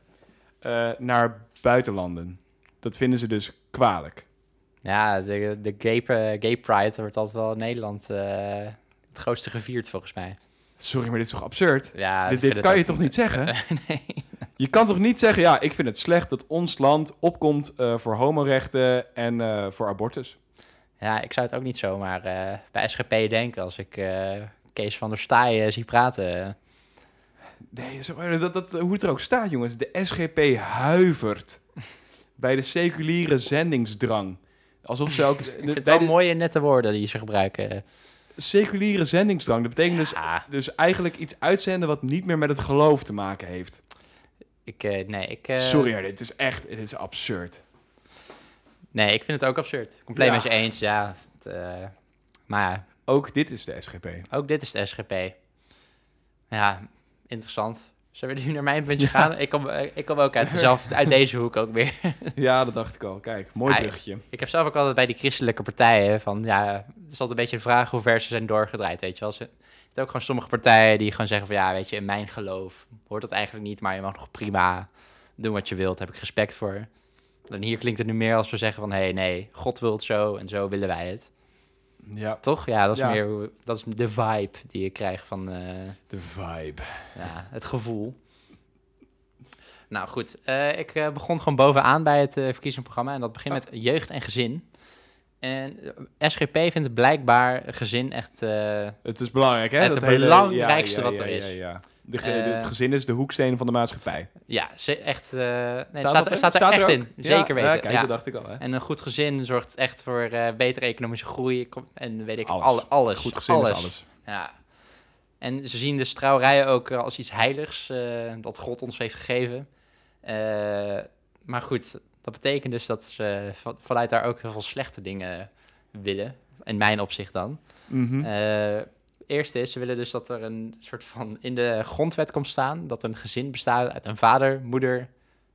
[SPEAKER 2] eh, naar buitenlanden. Dat vinden ze dus kwalijk.
[SPEAKER 1] Ja, de, de gay, eh, gay pride wordt altijd wel in Nederland eh, het grootste gevierd, volgens mij.
[SPEAKER 2] Sorry, maar dit is toch absurd?
[SPEAKER 1] Ja,
[SPEAKER 2] dit
[SPEAKER 1] ik vind
[SPEAKER 2] dit
[SPEAKER 1] het
[SPEAKER 2] kan je
[SPEAKER 1] ook-
[SPEAKER 2] toch niet zeggen?
[SPEAKER 1] nee.
[SPEAKER 2] Je kan toch niet zeggen, ja, ik vind het slecht dat ons land opkomt eh, voor homorechten en eh, voor
[SPEAKER 1] [laughs]
[SPEAKER 2] abortus.
[SPEAKER 1] Ja, ik zou het ook niet zomaar eh, bij SGP denken als ik eh, Kees van der Staaij eh, zie praten.
[SPEAKER 2] Nee, zo- dat, dat, hoe het er ook staat, jongens. De SGP huivert bij de seculiere zendingsdrang. Alsof ze
[SPEAKER 1] [laughs]
[SPEAKER 2] ook...
[SPEAKER 1] Ik vind het
[SPEAKER 2] bij
[SPEAKER 1] wel
[SPEAKER 2] de
[SPEAKER 1] mooie nette woorden die ze gebruiken. Ah,
[SPEAKER 2] seculiere zendingsdrang, dat betekent dus
[SPEAKER 1] Ja,
[SPEAKER 2] Dus eigenlijk iets uitzenden wat niet meer met het geloof te maken heeft.
[SPEAKER 1] ik, eh, nee, ik, eh,
[SPEAKER 2] Sorry, maar dit is echt, dit is absurd.
[SPEAKER 1] nee, ik vind het ook absurd. Compleet
[SPEAKER 2] Ja.
[SPEAKER 1] met je eens, ja. Het, eh, maar ja,
[SPEAKER 2] Ook dit is de
[SPEAKER 1] [laughs]
[SPEAKER 2] SGP.
[SPEAKER 1] Ook dit is de SGP. Ja, interessant. Zullen we nu naar mijn puntje gaan? Ik kom, eh, ik kom ook uit, dezelfde, uit deze hoek ook weer.
[SPEAKER 2] ja, dat dacht ik al. Kijk, mooi
[SPEAKER 1] Hij-
[SPEAKER 2] bruggetje.
[SPEAKER 1] Ik heb zelf ook altijd bij die christelijke partijen van... Ja, het is altijd een beetje de vraag hoe ver ze zijn doorgedraaid, weet je wel. Ze, je hebt ook gewoon sommige partijen die gewoon zeggen van... Ja, weet je, in mijn geloof hoort dat eigenlijk niet... maar je mag nog prima doen wat je wilt, daar heb ik respect voor. En hier klinkt het nu meer als we zeggen van... Hé, hey, nee, God wil het zo en zo willen wij het.
[SPEAKER 2] Ja,
[SPEAKER 1] Toch? Ja, dat is
[SPEAKER 2] Ja.
[SPEAKER 1] meer... hoe- Dat is de vibe die je krijgt van... eh,
[SPEAKER 2] de vibe.
[SPEAKER 1] Ja, het gevoel. Nou goed, eh, ik eh, begon gewoon bovenaan bij het eh verkiezingsprogramma. En dat begint met jeugd en gezin. En eh, SGP vindt blijkbaar gezin echt... eh,
[SPEAKER 2] Het is belangrijk, hè?
[SPEAKER 1] Het
[SPEAKER 2] dat
[SPEAKER 1] belangrijkste
[SPEAKER 2] ja,
[SPEAKER 1] wat er is.
[SPEAKER 2] ja. De ge-
[SPEAKER 1] Eh,
[SPEAKER 2] het gezin is de hoeksteen van de maatschappij.
[SPEAKER 1] ja, ze- echt... eh, nee, staat,
[SPEAKER 2] dat er?
[SPEAKER 1] er, staat er
[SPEAKER 2] Staat er
[SPEAKER 1] echt
[SPEAKER 2] ook?
[SPEAKER 1] in. Zeker
[SPEAKER 2] Ja,
[SPEAKER 1] weten.
[SPEAKER 2] kijk,
[SPEAKER 1] ja. Eh,
[SPEAKER 2] dat dacht ik al. Hè?
[SPEAKER 1] En een goed gezin zorgt echt voor eh, betere economische groei. kom- En weet ik,
[SPEAKER 2] Alles.
[SPEAKER 1] alles. Alle, alles
[SPEAKER 2] Goed gezin is alles.
[SPEAKER 1] Ja. En ze zien de trouwerijen ook eh, als iets heiligs eh, dat God ons heeft gegeven. Eh, maar goed, dat betekent dus dat ze van- vanuit daar ook heel veel slechte dingen willen. In mijn opzicht dan.
[SPEAKER 2] Mhm.
[SPEAKER 1] Eh eerste is, ze willen dus dat er een soort van in de grondwet komt staan dat een gezin bestaat uit een vader, moeder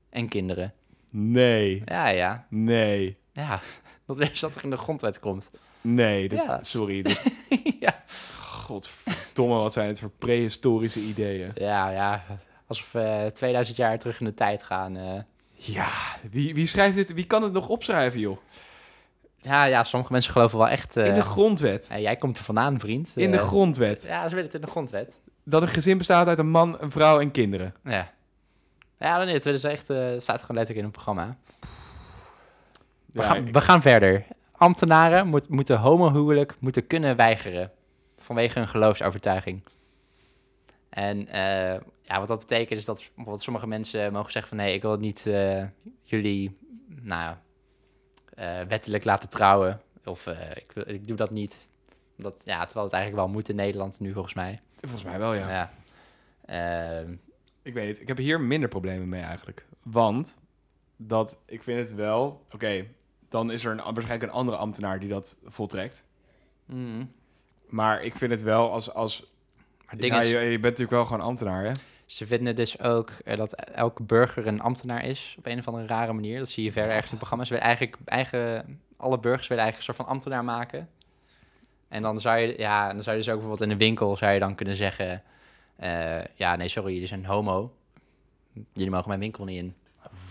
[SPEAKER 1] en kinderen.
[SPEAKER 2] nee,
[SPEAKER 1] Ja, ja.
[SPEAKER 2] nee,
[SPEAKER 1] Ja, [laughs] dat is dat er in de grondwet komt. [laughs]
[SPEAKER 2] nee. dit-
[SPEAKER 1] Ja.
[SPEAKER 2] Sorry, dit,
[SPEAKER 1] ja.
[SPEAKER 2] Godverdomme, wat zijn het voor prehistorische ideeën.
[SPEAKER 1] Ja, ja. Alsof we 2000 jaar terug in de tijd gaan. eh.
[SPEAKER 2] Ja, wie, wie schrijft dit? Wie kan het nog opschrijven, joh?
[SPEAKER 1] Ja, ja, sommige mensen geloven wel echt... eh,
[SPEAKER 2] In de grondwet.
[SPEAKER 1] eh, jij komt er vandaan, vriend.
[SPEAKER 2] In de
[SPEAKER 1] Eh,
[SPEAKER 2] grondwet.
[SPEAKER 1] Ja, ze willen het in de grondwet.
[SPEAKER 2] Dat een gezin bestaat uit een man, een vrouw en kinderen.
[SPEAKER 1] Ja. Ja, nee, het willen ze echt... eh, staat gewoon letterlijk in het programma. We,
[SPEAKER 2] Ja,
[SPEAKER 1] gaan,
[SPEAKER 2] ik-
[SPEAKER 1] we gaan verder. Ambtenaren moet, moeten homohuwelijk moeten kunnen weigeren. Vanwege hun geloofsovertuiging. En eh, ja, wat dat betekent is dat bijvoorbeeld sommige mensen mogen zeggen van... nee, ik wil niet eh, jullie nou, eh, wettelijk laten trouwen. Of eh, ik, wil- ik doe dat niet. Dat, ja, terwijl het eigenlijk wel moet in Nederland nu volgens mij.
[SPEAKER 2] Volgens mij wel, ja.
[SPEAKER 1] Ja. Ehm,
[SPEAKER 2] Ik weet niet. Ik heb hier minder problemen mee eigenlijk. Want dat, ik vind het wel... Oké, dan is er een, waarschijnlijk een andere ambtenaar die dat voltrekt.
[SPEAKER 1] mm.
[SPEAKER 2] Maar ik vind het wel als... als
[SPEAKER 1] Maar het ding
[SPEAKER 2] ja,
[SPEAKER 1] is-
[SPEAKER 2] je, je bent natuurlijk wel gewoon ambtenaar, hè?
[SPEAKER 1] Ze vinden dus ook eh, dat elke burger een ambtenaar is, op een of andere rare manier. Dat zie je verder echt in het programma. Ze willen eigenlijk, eigen, alle burgers willen eigenlijk een soort van ambtenaar maken. En dan zou je, ja, dan zou je dus ook bijvoorbeeld in de winkel zou je dan kunnen zeggen... eh, ja, nee, sorry, jullie zijn homo. Jullie mogen mijn winkel niet in.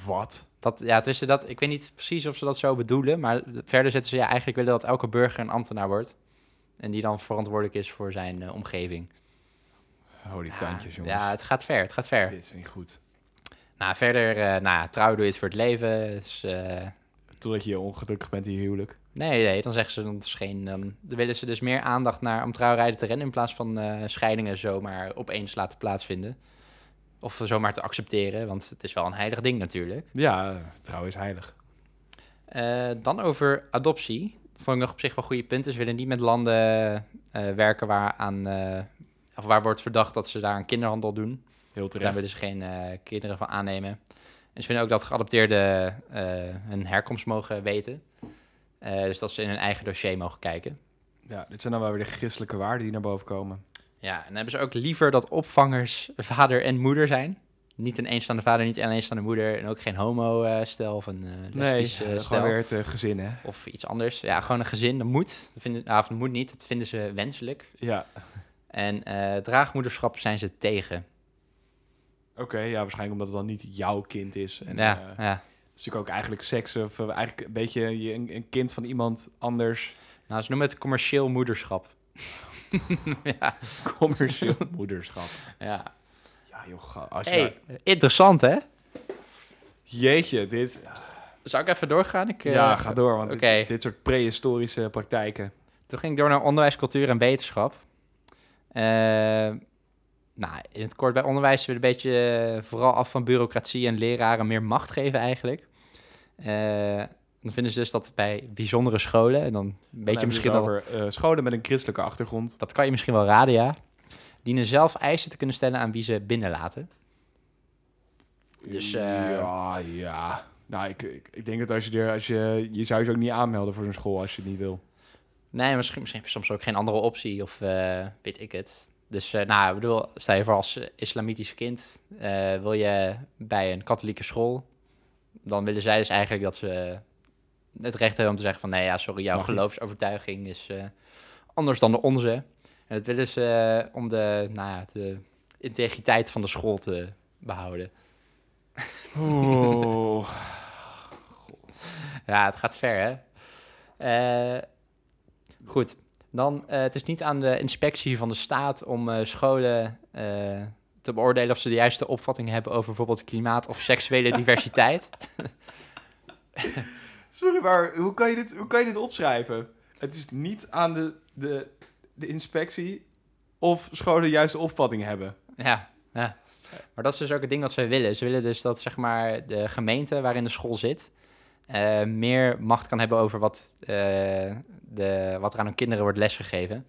[SPEAKER 2] Wat?
[SPEAKER 1] Dat, ja, tussen dat, ik weet niet precies of ze dat zo bedoelen, maar verder zetten ze ja, eigenlijk willen dat elke burger een ambtenaar wordt. En die dan verantwoordelijk is voor zijn eh, omgeving.
[SPEAKER 2] Holy
[SPEAKER 1] Ja,
[SPEAKER 2] tandjes, jongens.
[SPEAKER 1] Ja, het gaat ver, het gaat ver.
[SPEAKER 2] Dit is niet goed.
[SPEAKER 1] Nou, verder, eh nou, trouw doe je het voor het leven. Dus, eh,
[SPEAKER 2] Totdat je ongelukkig bent in je huwelijk.
[SPEAKER 1] nee, nee, dan zeggen ze, dat is geen... ehm, dan willen ze dus meer aandacht naar om trouwrijden te rennen... in plaats van eh, scheidingen zomaar opeens laten plaatsvinden. Of zomaar te accepteren, want het is wel een heilig ding natuurlijk.
[SPEAKER 2] Ja, trouw is heilig.
[SPEAKER 1] Eh, dan over adoptie. Dat vond ik nog op zich wel goede punten. Ze willen niet met landen eh, werken waar, aan, eh, of waar wordt verdacht dat ze daar aan kinderhandel doen.
[SPEAKER 2] Heel terecht.
[SPEAKER 1] Daar willen ze geen eh, kinderen van aannemen. En ze vinden ook dat geadopteerden eh, hun herkomst mogen weten. Eh, dus dat ze in hun eigen dossier mogen kijken.
[SPEAKER 2] Ja, dit zijn dan wel weer de christelijke waarden die naar boven komen.
[SPEAKER 1] Ja, en dan hebben ze ook liever dat opvangers vader en moeder zijn. Niet een eenstaande vader, niet een alleenstaande moeder. En ook geen homo-stel of een eh lesbisch eh,
[SPEAKER 2] eh,
[SPEAKER 1] stel.
[SPEAKER 2] gewoon weer het eh, gezin, hè?
[SPEAKER 1] Of iets anders. Ja, gewoon een gezin. Dat moet. Dat vinden, nou, of dat moet niet. Dat vinden ze wenselijk.
[SPEAKER 2] Ja,
[SPEAKER 1] En eh draagmoederschap zijn ze tegen.
[SPEAKER 2] oké. ja, waarschijnlijk omdat het dan niet jouw kind is. En,
[SPEAKER 1] ja,
[SPEAKER 2] eh,
[SPEAKER 1] ja.
[SPEAKER 2] Het is natuurlijk ook eigenlijk seks of eh, eigenlijk een beetje je- een, een kind van iemand anders. [laughs]
[SPEAKER 1] Nou, ze noemen het commercieel moederschap. ja. [laughs]
[SPEAKER 2] Commercieel moederschap.
[SPEAKER 1] ja.
[SPEAKER 2] Ja, joh, ga- als je...
[SPEAKER 1] Hey, interessant hè?
[SPEAKER 2] Jeetje, dit...
[SPEAKER 1] Zou ik even doorgaan? Ik, eh,
[SPEAKER 2] ja, ga door, want dit-
[SPEAKER 1] oké.
[SPEAKER 2] dit, soort prehistorische praktijken.
[SPEAKER 1] Toen ging ik door naar onderwijs, cultuur en wetenschap. Eh, nou, in het kort bij onderwijs willen we een beetje eh, vooral af van bureaucratie en leraren meer macht geven eigenlijk. Eh, dan vinden ze dus dat bij bijzondere scholen, en dan een beetje misschien wel,
[SPEAKER 2] over eh, scholen met een christelijke achtergrond.
[SPEAKER 1] dat kan je misschien wel raden ja, dienen zelf eisen te kunnen stellen aan wie ze binnenlaten. Dus, eh,
[SPEAKER 2] Ja, ja. Nou, ik, ik, ik denk dat als je, er, als je... Je zou je ook niet aanmelden voor zo'n school als je het niet wil.
[SPEAKER 1] Nee, misschien, misschien heb je soms ook geen andere optie of eh, weet ik het. Dus eh, nou, ik bedoel, stel je voor als eh, islamitisch kind eh, wil je bij een katholieke school, dan willen zij dus eigenlijk dat ze het recht hebben om te zeggen van nee, ja, sorry, jouw
[SPEAKER 2] Mag niet.
[SPEAKER 1] geloofsovertuiging is eh, anders dan de onze. En dat willen ze eh, om de, nou, ja, de integriteit van de school te behouden.
[SPEAKER 2] Oh.
[SPEAKER 1] Ja, het gaat ver, hè? Eh, goed. Dan, eh, het is niet aan de inspectie van de staat om eh, scholen eh, te beoordelen of ze de juiste opvatting hebben over bijvoorbeeld klimaat of seksuele diversiteit.
[SPEAKER 2] Sorry, maar hoe kan, je dit, hoe kan je dit opschrijven? Het is niet aan de, de, de inspectie of scholen de juiste opvatting hebben.
[SPEAKER 1] Ja, ja. Maar dat is dus ook het ding wat zij willen. Ze willen dus dat zeg maar, de gemeente waarin de school zit eh, meer macht kan hebben over wat, eh, de, wat er aan hun kinderen wordt lesgegeven.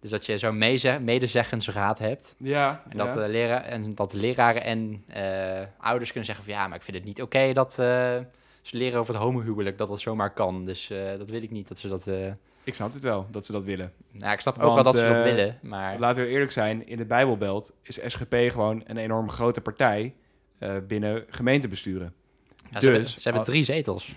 [SPEAKER 1] Dus dat je zo'n meze- medezeggensraad hebt.
[SPEAKER 2] Ja,
[SPEAKER 1] En dat, eh, de lera en dat de leraren en eh, ouders kunnen zeggen van ja, maar ik vind het niet oké dat eh, ze leren over het homohuwelijk, dat dat zomaar kan. Dus eh, dat wil ik niet, dat ze dat... eh,
[SPEAKER 2] ik snap het wel dat ze dat willen.
[SPEAKER 1] Nou, ik snap ook
[SPEAKER 2] Want,
[SPEAKER 1] wel dat ze dat
[SPEAKER 2] eh,
[SPEAKER 1] willen, maar...
[SPEAKER 2] Laten we eerlijk zijn, in de Bijbelbelt is SGP gewoon een enorm grote partij eh, binnen gemeentebesturen.
[SPEAKER 1] Ja, ze, hebben,
[SPEAKER 2] dus-
[SPEAKER 1] ze hebben
[SPEAKER 2] al-
[SPEAKER 1] drie zetels.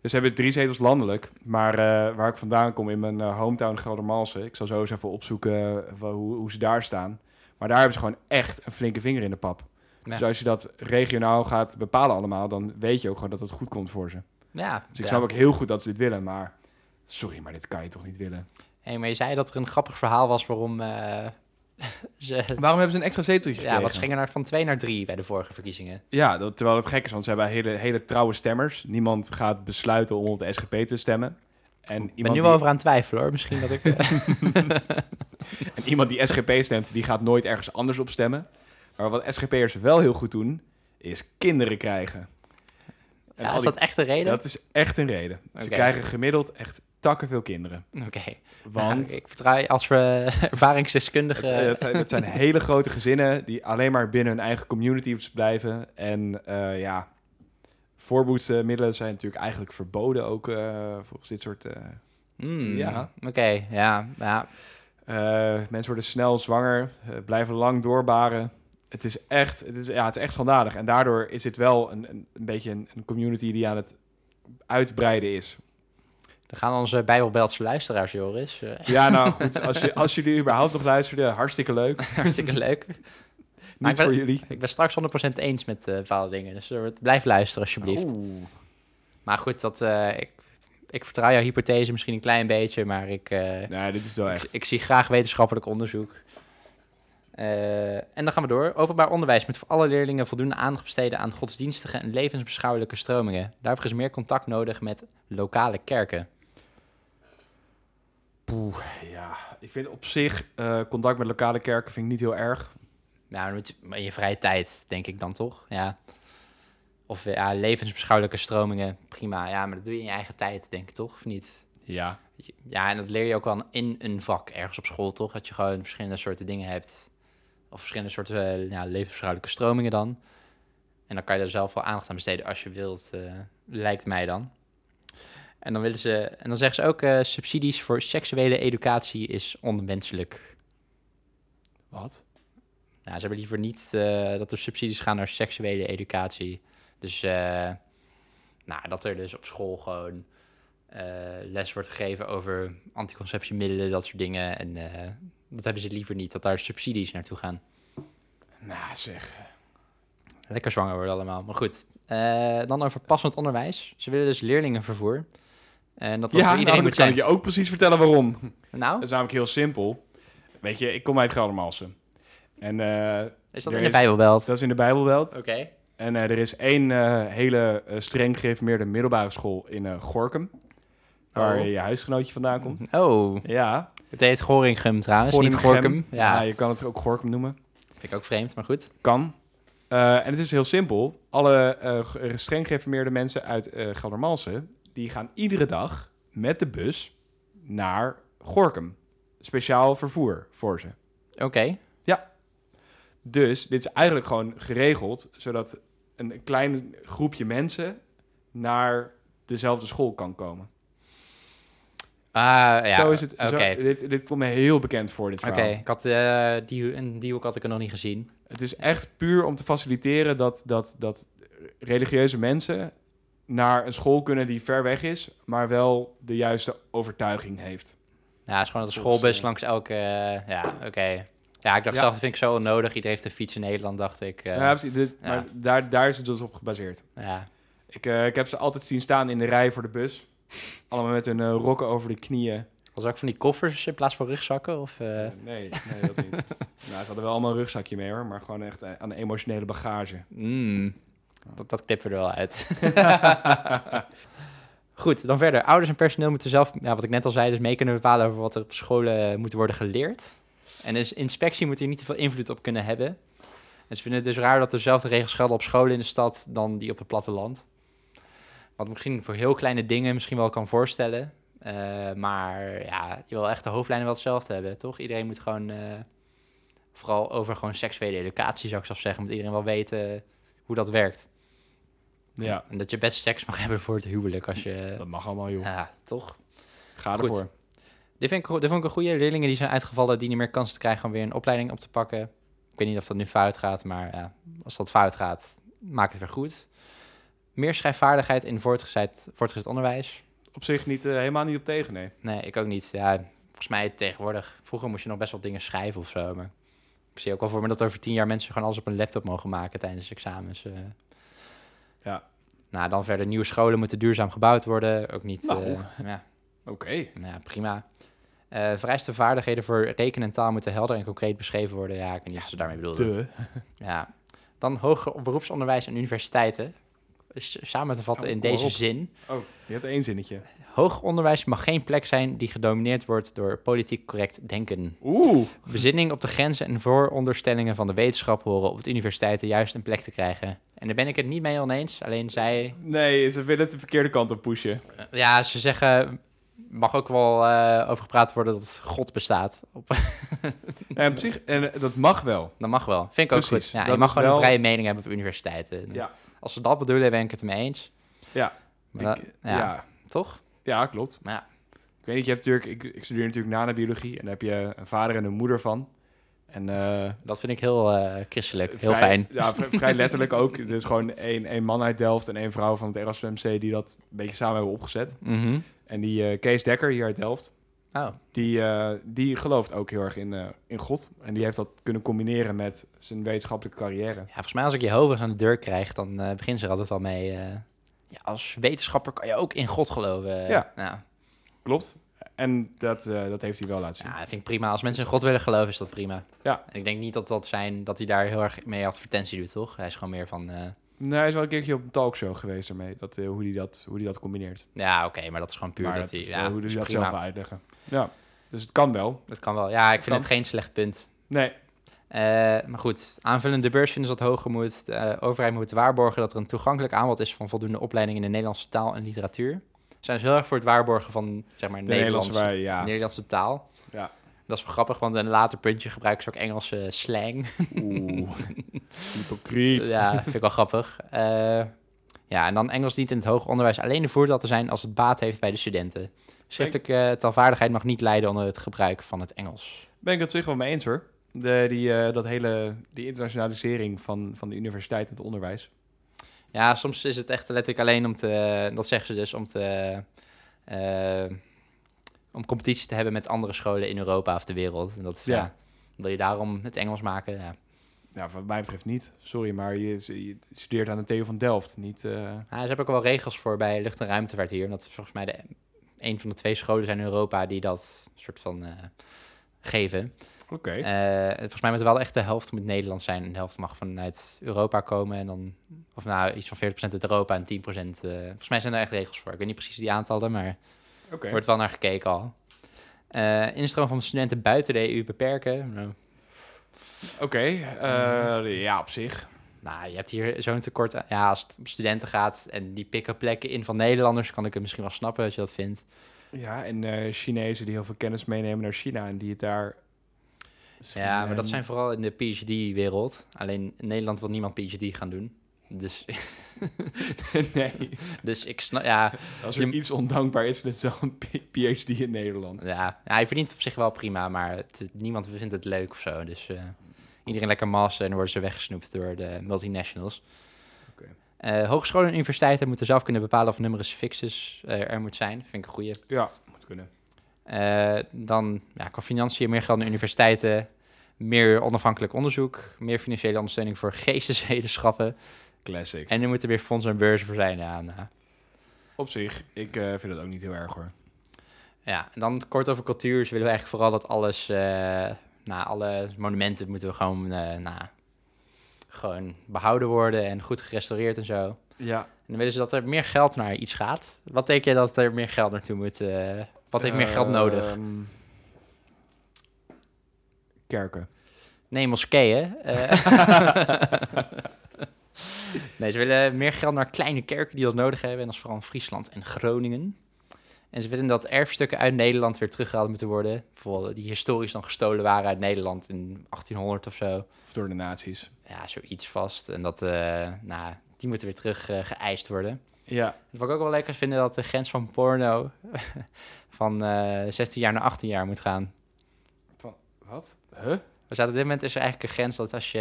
[SPEAKER 2] Dus ze hebben drie zetels landelijk. Maar eh, waar ik vandaan kom, in mijn eh, hometown Geldermalsen... ik zal zo eens even opzoeken eh, wa- hoe, hoe ze daar staan. Maar daar hebben ze gewoon echt een flinke vinger in de pap.
[SPEAKER 1] Ja.
[SPEAKER 2] Dus als je dat regionaal gaat bepalen allemaal... dan weet je ook gewoon dat het goed komt voor ze.
[SPEAKER 1] Ja,
[SPEAKER 2] Dus ik
[SPEAKER 1] ja.
[SPEAKER 2] snap ook heel goed dat ze dit willen, maar... Sorry, maar dit kan je toch niet willen?
[SPEAKER 1] Hey, maar je zei dat er een grappig verhaal was waarom eh, [laughs] ze...
[SPEAKER 2] Waarom hebben ze een extra zeteltje gekregen?
[SPEAKER 1] Ja, wat ze gingen naar, van twee naar drie bij de vorige verkiezingen.
[SPEAKER 2] Ja, dat, terwijl het gek is, want ze hebben hele, hele trouwe stemmers. Niemand gaat besluiten om op de SGP te stemmen. En
[SPEAKER 1] Ik ben
[SPEAKER 2] iemand,
[SPEAKER 1] nu
[SPEAKER 2] die,
[SPEAKER 1] wel over aan het twijfelen hoor. Misschien dat ik...
[SPEAKER 2] [laughs]
[SPEAKER 1] eh,
[SPEAKER 2] en iemand die SGP stemt, die gaat nooit ergens anders op stemmen. Maar wat SGP'ers wel heel goed doen, is kinderen krijgen. En
[SPEAKER 1] ja,
[SPEAKER 2] al
[SPEAKER 1] is
[SPEAKER 2] die-
[SPEAKER 1] dat echt de reden?
[SPEAKER 2] dat is echt een reden. Ze
[SPEAKER 1] Oké.
[SPEAKER 2] krijgen gemiddeld echt takken veel kinderen.
[SPEAKER 1] Oké.
[SPEAKER 2] Want
[SPEAKER 1] Ja, eh. ik vertrouw als we [laughs] ervaringsdeskundige...
[SPEAKER 2] het, eh, het zijn, het zijn hele grote gezinnen die alleen maar binnen hun eigen community blijven. En eh, ja, voorboedsmiddelen zijn natuurlijk eigenlijk verboden ook eh, volgens dit soort... eh,
[SPEAKER 1] Mm,
[SPEAKER 2] ja.
[SPEAKER 1] Oké, ja, ja.
[SPEAKER 2] Eh, mensen worden snel zwanger, eh, blijven lang doorbaren. Het is echt, het is, ja, het is echt schandalig. En daardoor is dit wel een, een, een beetje een, een community die aan het uitbreiden is.
[SPEAKER 1] Dan gaan onze Bijbelbeltse luisteraars, Joris. Eh, [laughs]
[SPEAKER 2] Ja, nou goed, als, je, als jullie überhaupt nog luisterden, hartstikke leuk. [laughs]
[SPEAKER 1] hartstikke leuk. Maar
[SPEAKER 2] Niet
[SPEAKER 1] ik ben-
[SPEAKER 2] voor jullie.
[SPEAKER 1] Ik ben straks 100% eens met eh, bepaalde dingen. Dus eh, blijf luisteren alsjeblieft.
[SPEAKER 2] Oeh.
[SPEAKER 1] Maar goed, dat, eh, ik, ik vertrouw jouw hypothese misschien een klein beetje. Maar ik, eh,
[SPEAKER 2] Nee, dit is wel
[SPEAKER 1] ik,
[SPEAKER 2] echt.
[SPEAKER 1] ik zie graag wetenschappelijk onderzoek. Eh, en dan gaan we door. Openbaar onderwijs moet voor alle leerlingen voldoende aandacht besteden aan godsdienstige en levensbeschouwelijke stromingen. Daarvoor is meer contact nodig met lokale kerken.
[SPEAKER 2] Poeh, ja. Ik vind op zich eh, contact met lokale kerken vind ik niet heel erg.
[SPEAKER 1] Nou, met- in je vrije tijd, denk ik dan toch? Ja. Of ja, levensbeschouwelijke stromingen, prima. Ja, maar dat doe je in je eigen tijd, denk ik toch? Of niet?
[SPEAKER 2] Ja.
[SPEAKER 1] Ja, en dat leer je ook wel in een vak ergens op school, toch? Dat je gewoon verschillende soorten dingen hebt. Of verschillende soorten eh, ja, levensbeschouwelijke stromingen dan. En dan kan je daar zelf wel aandacht aan besteden als je wilt, eh, lijkt mij dan. En dan, willen ze, en dan zeggen ze ook, eh, subsidies voor seksuele educatie is onmenselijk.
[SPEAKER 2] Wat?
[SPEAKER 1] Nou, ze hebben liever niet eh, dat er subsidies gaan naar seksuele educatie. Dus eh, nou, dat er dus op school gewoon eh, les wordt gegeven over anticonceptiemiddelen, dat soort dingen. En eh, dat hebben ze liever niet, dat daar subsidies naartoe gaan.
[SPEAKER 2] Nou zeg.
[SPEAKER 1] Lekker zwanger worden allemaal. Maar goed, Eh, dan over passend onderwijs. Ze willen dus leerlingenvervoer. En dat dat
[SPEAKER 2] Ja,
[SPEAKER 1] voor
[SPEAKER 2] nou,
[SPEAKER 1] iedereen
[SPEAKER 2] dan
[SPEAKER 1] moet
[SPEAKER 2] kan
[SPEAKER 1] zijn.
[SPEAKER 2] ik je ook precies vertellen waarom.
[SPEAKER 1] Nou,
[SPEAKER 2] Dat is namelijk heel simpel. Weet je, ik kom uit Geldermalsen. En eh,
[SPEAKER 1] is dat
[SPEAKER 2] er
[SPEAKER 1] in de
[SPEAKER 2] is-
[SPEAKER 1] Bijbelbelt?
[SPEAKER 2] dat is in de Bijbelbelt.
[SPEAKER 1] Oké.
[SPEAKER 2] En eh, er is één eh, hele eh, streng gereformeerde middelbare school in eh, Gorkum. Waar
[SPEAKER 1] Oh.
[SPEAKER 2] je huisgenootje vandaan komt.
[SPEAKER 1] Oh,
[SPEAKER 2] Ja.
[SPEAKER 1] het heet Goringum trouwens, niet
[SPEAKER 2] Gorinchem.
[SPEAKER 1] Gorkum. Ja,
[SPEAKER 2] je kan het ook Gorkum noemen.
[SPEAKER 1] vind ik ook vreemd, maar goed.
[SPEAKER 2] Kan. Eh, en het is heel simpel. Alle eh, ge- streng gereformeerde mensen uit eh Geldermalsen... die gaan iedere dag met de bus naar Gorkum. Speciaal vervoer voor ze.
[SPEAKER 1] Oké.
[SPEAKER 2] Dus dit is eigenlijk gewoon geregeld, zodat een klein groepje mensen naar dezelfde school kan komen.
[SPEAKER 1] Ah, ja.
[SPEAKER 2] zo is het.
[SPEAKER 1] Oké,
[SPEAKER 2] zo- dit, dit komt me heel bekend voor, dit
[SPEAKER 1] Oké,
[SPEAKER 2] verhaal.
[SPEAKER 1] ik had eh, die, en die hoek had ik er nog niet gezien.
[SPEAKER 2] Het is echt puur om te faciliteren dat, dat, dat religieuze mensen naar een school kunnen die ver weg is, maar wel de juiste overtuiging heeft.
[SPEAKER 1] Ja, het is gewoon dat de
[SPEAKER 2] Volgens,
[SPEAKER 1] schoolbus
[SPEAKER 2] eh,
[SPEAKER 1] langs elke... eh, ja, oké. Ja, ik dacht
[SPEAKER 2] Ja.
[SPEAKER 1] zelf, dat vind ik zo onnodig. Iedereen heeft een fiets in Nederland, dacht ik. eh,
[SPEAKER 2] Ja, precies, dit,
[SPEAKER 1] ja.
[SPEAKER 2] Maar daar, daar is het dus op gebaseerd.
[SPEAKER 1] ja.
[SPEAKER 2] Ik, eh, ik heb ze altijd zien staan in de rij voor de bus. Allemaal met hun eh, rokken over de knieën.
[SPEAKER 1] Was er ook van die koffers in plaats van rugzakken? Of, eh,
[SPEAKER 2] Nee, nee, dat
[SPEAKER 1] [laughs]
[SPEAKER 2] niet. nou, ze hadden wel allemaal een rugzakje mee hoor, maar gewoon echt eh, aan de emotionele bagage.
[SPEAKER 1] mm, dat, dat knippen we er wel uit. [laughs] Goed, dan verder. Ouders en personeel moeten zelf, ja, wat ik net al zei, dus mee kunnen bepalen over wat er op scholen eh, moet worden geleerd. En dus inspectie moet hier niet te veel invloed op kunnen hebben. En ze vinden het dus raar dat dezelfde regels gelden op scholen in de stad dan die op het platteland. Wat misschien voor heel kleine dingen misschien wel kan voorstellen. Eh, maar ja, je wil echt de hoofdlijnen wel hetzelfde hebben, toch? Iedereen moet gewoon, eh, vooral over gewoon seksuele educatie zou ik zelf zeggen, moet iedereen wel weten hoe dat werkt.
[SPEAKER 2] Ja,
[SPEAKER 1] En dat je best seks mag [laughs] hebben voor het huwelijk als je...
[SPEAKER 2] dat mag allemaal joh.
[SPEAKER 1] Ja, toch?
[SPEAKER 2] Ga
[SPEAKER 1] Goed.
[SPEAKER 2] ervoor.
[SPEAKER 1] Dit, vind ik, go- dit vond ik een goede. Leerlingen die zijn uitgevallen, die niet meer kansen te krijgen om weer een opleiding op te pakken. Ik weet niet of dat nu fout gaat, maar ja, als dat fout gaat, maak het weer goed. Meer schrijfvaardigheid in voortgezet, voortgezet onderwijs?
[SPEAKER 2] Op zich niet, eh, helemaal niet op tegen, nee.
[SPEAKER 1] Nee, ik ook niet. Ja, volgens mij tegenwoordig. Vroeger moest je nog best wel dingen schrijven of zo. Maar ik zie ook wel voor me dat over tien jaar mensen gewoon alles op een laptop mogen maken tijdens examens. eh.
[SPEAKER 2] Ja.
[SPEAKER 1] Nou, dan verder. Nieuwe scholen moeten duurzaam gebouwd worden. Ook niet.
[SPEAKER 2] Nou.
[SPEAKER 1] eh, ja,
[SPEAKER 2] Oké.
[SPEAKER 1] nou ja, prima. Eh vereiste vaardigheden voor rekenen en taal moeten helder en concreet beschreven worden. Ja, ik weet niet wat ze daarmee bedoelden.
[SPEAKER 2] Te.
[SPEAKER 1] Ja. Dan hoger beroepsonderwijs en universiteiten. S- Samen te vatten
[SPEAKER 2] Oh,
[SPEAKER 1] in
[SPEAKER 2] kom maar
[SPEAKER 1] deze
[SPEAKER 2] op.
[SPEAKER 1] zin.
[SPEAKER 2] Oh, je hebt één zinnetje.
[SPEAKER 1] Hoger onderwijs mag geen plek zijn die gedomineerd wordt door politiek correct denken.
[SPEAKER 2] Oeh.
[SPEAKER 1] Bezinning op de grenzen en vooronderstellingen van de wetenschap horen op de universiteiten juist een plek te krijgen. En daar ben ik het niet mee oneens. Alleen zij,
[SPEAKER 2] Nee, ze willen het de verkeerde kant op pushen.
[SPEAKER 1] ja, ze zeggen, mag ook wel eh, over gepraat worden dat God bestaat. Op, [laughs]
[SPEAKER 2] En, op zich, en eh, dat mag wel.
[SPEAKER 1] dat mag wel. Vind ik ook
[SPEAKER 2] Precies,
[SPEAKER 1] goed. Ja,
[SPEAKER 2] dat
[SPEAKER 1] je mag
[SPEAKER 2] is
[SPEAKER 1] gewoon
[SPEAKER 2] wel-
[SPEAKER 1] een vrije mening hebben op universiteiten.
[SPEAKER 2] Ja.
[SPEAKER 1] Als ze dat bedoelen, ben ik het mee eens.
[SPEAKER 2] Ja.
[SPEAKER 1] Maar
[SPEAKER 2] Ik-
[SPEAKER 1] dat- ja,
[SPEAKER 2] ja.
[SPEAKER 1] Toch?
[SPEAKER 2] Ja, klopt.
[SPEAKER 1] Ja.
[SPEAKER 2] Ik weet niet, je hebt natuurlijk, ik, ik studeer natuurlijk nanobiologie en daar heb je een vader en een moeder van. En eh,
[SPEAKER 1] Dat vind ik heel eh, christelijk. Heel
[SPEAKER 2] vrij-
[SPEAKER 1] fijn.
[SPEAKER 2] Ja, vri- vrij letterlijk ook. Er is gewoon één, één man uit Delft en één vrouw van het Erasmus MC die dat een beetje samen hebben opgezet.
[SPEAKER 1] Mhm.
[SPEAKER 2] En die eh, Kees Dekker hier uit Delft,
[SPEAKER 1] Oh,
[SPEAKER 2] die, eh, die gelooft ook heel erg in, eh, in God. En die heeft dat kunnen combineren met zijn wetenschappelijke carrière.
[SPEAKER 1] Ja, volgens mij als ik Jehovah's aan de deur krijg, dan eh beginnen ze er altijd al mee. eh, ja, als wetenschapper kan je ook in God geloven.
[SPEAKER 2] Ja.
[SPEAKER 1] Nou,
[SPEAKER 2] Klopt. En dat, eh, dat heeft hij wel laten zien.
[SPEAKER 1] ja, dat vind ik prima. Als mensen in God willen geloven, is dat prima.
[SPEAKER 2] Ja.
[SPEAKER 1] En ik denk niet dat dat zijn dat hij daar heel erg mee advertentie doet, toch? Hij is gewoon meer van. eh,
[SPEAKER 2] Nee, Nou, hij is wel een keertje op een talkshow geweest daarmee, dat, eh, hoe hij dat, hoe die dat combineert.
[SPEAKER 1] ja, oké, maar dat is gewoon puur
[SPEAKER 2] maar
[SPEAKER 1] dat hij.
[SPEAKER 2] is
[SPEAKER 1] Ja,
[SPEAKER 2] wel hoe
[SPEAKER 1] is
[SPEAKER 2] hij dat
[SPEAKER 1] prima.
[SPEAKER 2] zelf wil uitleggen. Ja, dus het kan wel.
[SPEAKER 1] Dat kan wel. Ja, ik vind
[SPEAKER 2] Kan.
[SPEAKER 1] het geen slecht punt.
[SPEAKER 2] Nee,
[SPEAKER 1] Eh, maar goed, aanvullende beurs vinden ze dat hoger moet. De eh, overheid moet waarborgen dat er een toegankelijk aanbod is van voldoende opleidingen in de Nederlandse taal en literatuur. Ze zijn dus heel erg voor het waarborgen van zeg maar
[SPEAKER 2] de
[SPEAKER 1] Nederlandse
[SPEAKER 2] Nederlandse waar, ja.
[SPEAKER 1] Nederlandse taal.
[SPEAKER 2] Ja.
[SPEAKER 1] Dat is wel grappig, want in een later puntje gebruiken ze ook Engelse slang.
[SPEAKER 2] [laughs] Oeh, hypocriet.
[SPEAKER 1] ja, vind ik wel grappig. Eh, ja, en dan Engels dient in het hoger onderwijs alleen de voordeel te zijn als het baat heeft bij de studenten. Schriftelijke taalvaardigheid mag niet leiden onder het gebruik van het Engels.
[SPEAKER 2] Ben ik het op zich wel mee eens hoor. De, die, eh, dat hele, die internationalisering van, van de universiteit en het onderwijs.
[SPEAKER 1] Ja, soms is het echt letterlijk alleen om te... Dat zeggen ze dus om te... eh, om competitie te hebben met andere scholen in Europa of de wereld. En dat, ja.
[SPEAKER 2] Ja.
[SPEAKER 1] wil je daarom het Engels maken? Ja.
[SPEAKER 2] Nou, wat mij betreft niet. Sorry, maar je, je studeert aan de TU van Delft. Niet, eh,
[SPEAKER 1] Ja, Ah, ze hebben ook wel regels voor bij lucht- en ruimtevaart hier. Omdat volgens mij de, een van de twee scholen zijn in Europa die dat soort van eh, geven.
[SPEAKER 2] Oké.
[SPEAKER 1] Eh, volgens mij moet er wel echt de helft moet Nederlands zijn. En de helft mag vanuit Europa komen. En dan, of nou, iets van 40% uit Europa en 10%. eh, volgens mij zijn er echt regels voor. Ik weet niet precies die aantallen, maar er
[SPEAKER 2] Oké.
[SPEAKER 1] wordt wel naar gekeken al. Eh, instroom van studenten buiten de EU beperken. Nou,
[SPEAKER 2] Oké, eh, ja, op zich.
[SPEAKER 1] Nou, je hebt hier zo'n tekort aan. Ja, als het om studenten gaat en die pikken plekken in van Nederlanders, kan ik het misschien wel snappen dat je dat vindt.
[SPEAKER 2] Ja, en eh, Chinezen die heel veel kennis meenemen naar China en die het daar. misschien,
[SPEAKER 1] Ja, maar dat
[SPEAKER 2] eh,
[SPEAKER 1] zijn vooral in de PhD-wereld. Alleen in Nederland wil niemand PhD gaan doen. Dus, [laughs]
[SPEAKER 2] nee,
[SPEAKER 1] dus ik snap, ja,
[SPEAKER 2] als er
[SPEAKER 1] Je-
[SPEAKER 2] iets ondankbaar is, dan is het zo'n P- PhD in Nederland.
[SPEAKER 1] ja, ja, hij verdient op zich wel prima, maar het- niemand vindt het leuk of zo. Dus eh, iedereen lekker master en dan worden ze weggesnoept door de multinationals.
[SPEAKER 2] Oké.
[SPEAKER 1] Eh, hogescholen en universiteiten moeten zelf kunnen bepalen of numerus fixus eh, er moet zijn. Vind ik een goeie.
[SPEAKER 2] Ja, moet kunnen.
[SPEAKER 1] Eh, dan ja, qua financiën meer geld naar universiteiten, meer onafhankelijk onderzoek, meer financiële ondersteuning voor [laughs] geesteswetenschappen.
[SPEAKER 2] Classic.
[SPEAKER 1] En er moeten weer fondsen en beurzen voor zijn. Ja, nou.
[SPEAKER 2] Op zich, ik eh, vind dat ook niet heel erg hoor.
[SPEAKER 1] ja, en dan kort over cultuur. Dus willen we eigenlijk vooral dat alles, eh nou, alle monumenten moeten we gewoon, eh, nou, gewoon behouden worden en goed gerestaureerd en zo.
[SPEAKER 2] Ja,
[SPEAKER 1] En dan willen ze dat er meer geld naar iets gaat. Wat denk je dat er meer geld naartoe moet? eh, wat heeft meer geld nodig?
[SPEAKER 2] Ehm, Kerken.
[SPEAKER 1] Nee, moskeeën. [laughs] eh. nee, ze willen meer geld naar kleine kerken die dat nodig hebben. En dat is vooral in Friesland en Groningen. En ze willen dat erfstukken uit Nederland weer teruggehaald moeten worden. Bijvoorbeeld die historisch dan gestolen waren uit Nederland in 1800 of zo.
[SPEAKER 2] Of door de nazi's.
[SPEAKER 1] Ja, zoiets vast. En dat, eh, nou, die moeten weer terug eh, geëist worden.
[SPEAKER 2] Ja.
[SPEAKER 1] Wat ik ook wel lekker vind, is dat de grens van porno [laughs] van eh, 16 jaar naar 18 jaar moet gaan.
[SPEAKER 2] Wat? Huh?
[SPEAKER 1] Dus op dit moment is er eigenlijk een grens dat als je,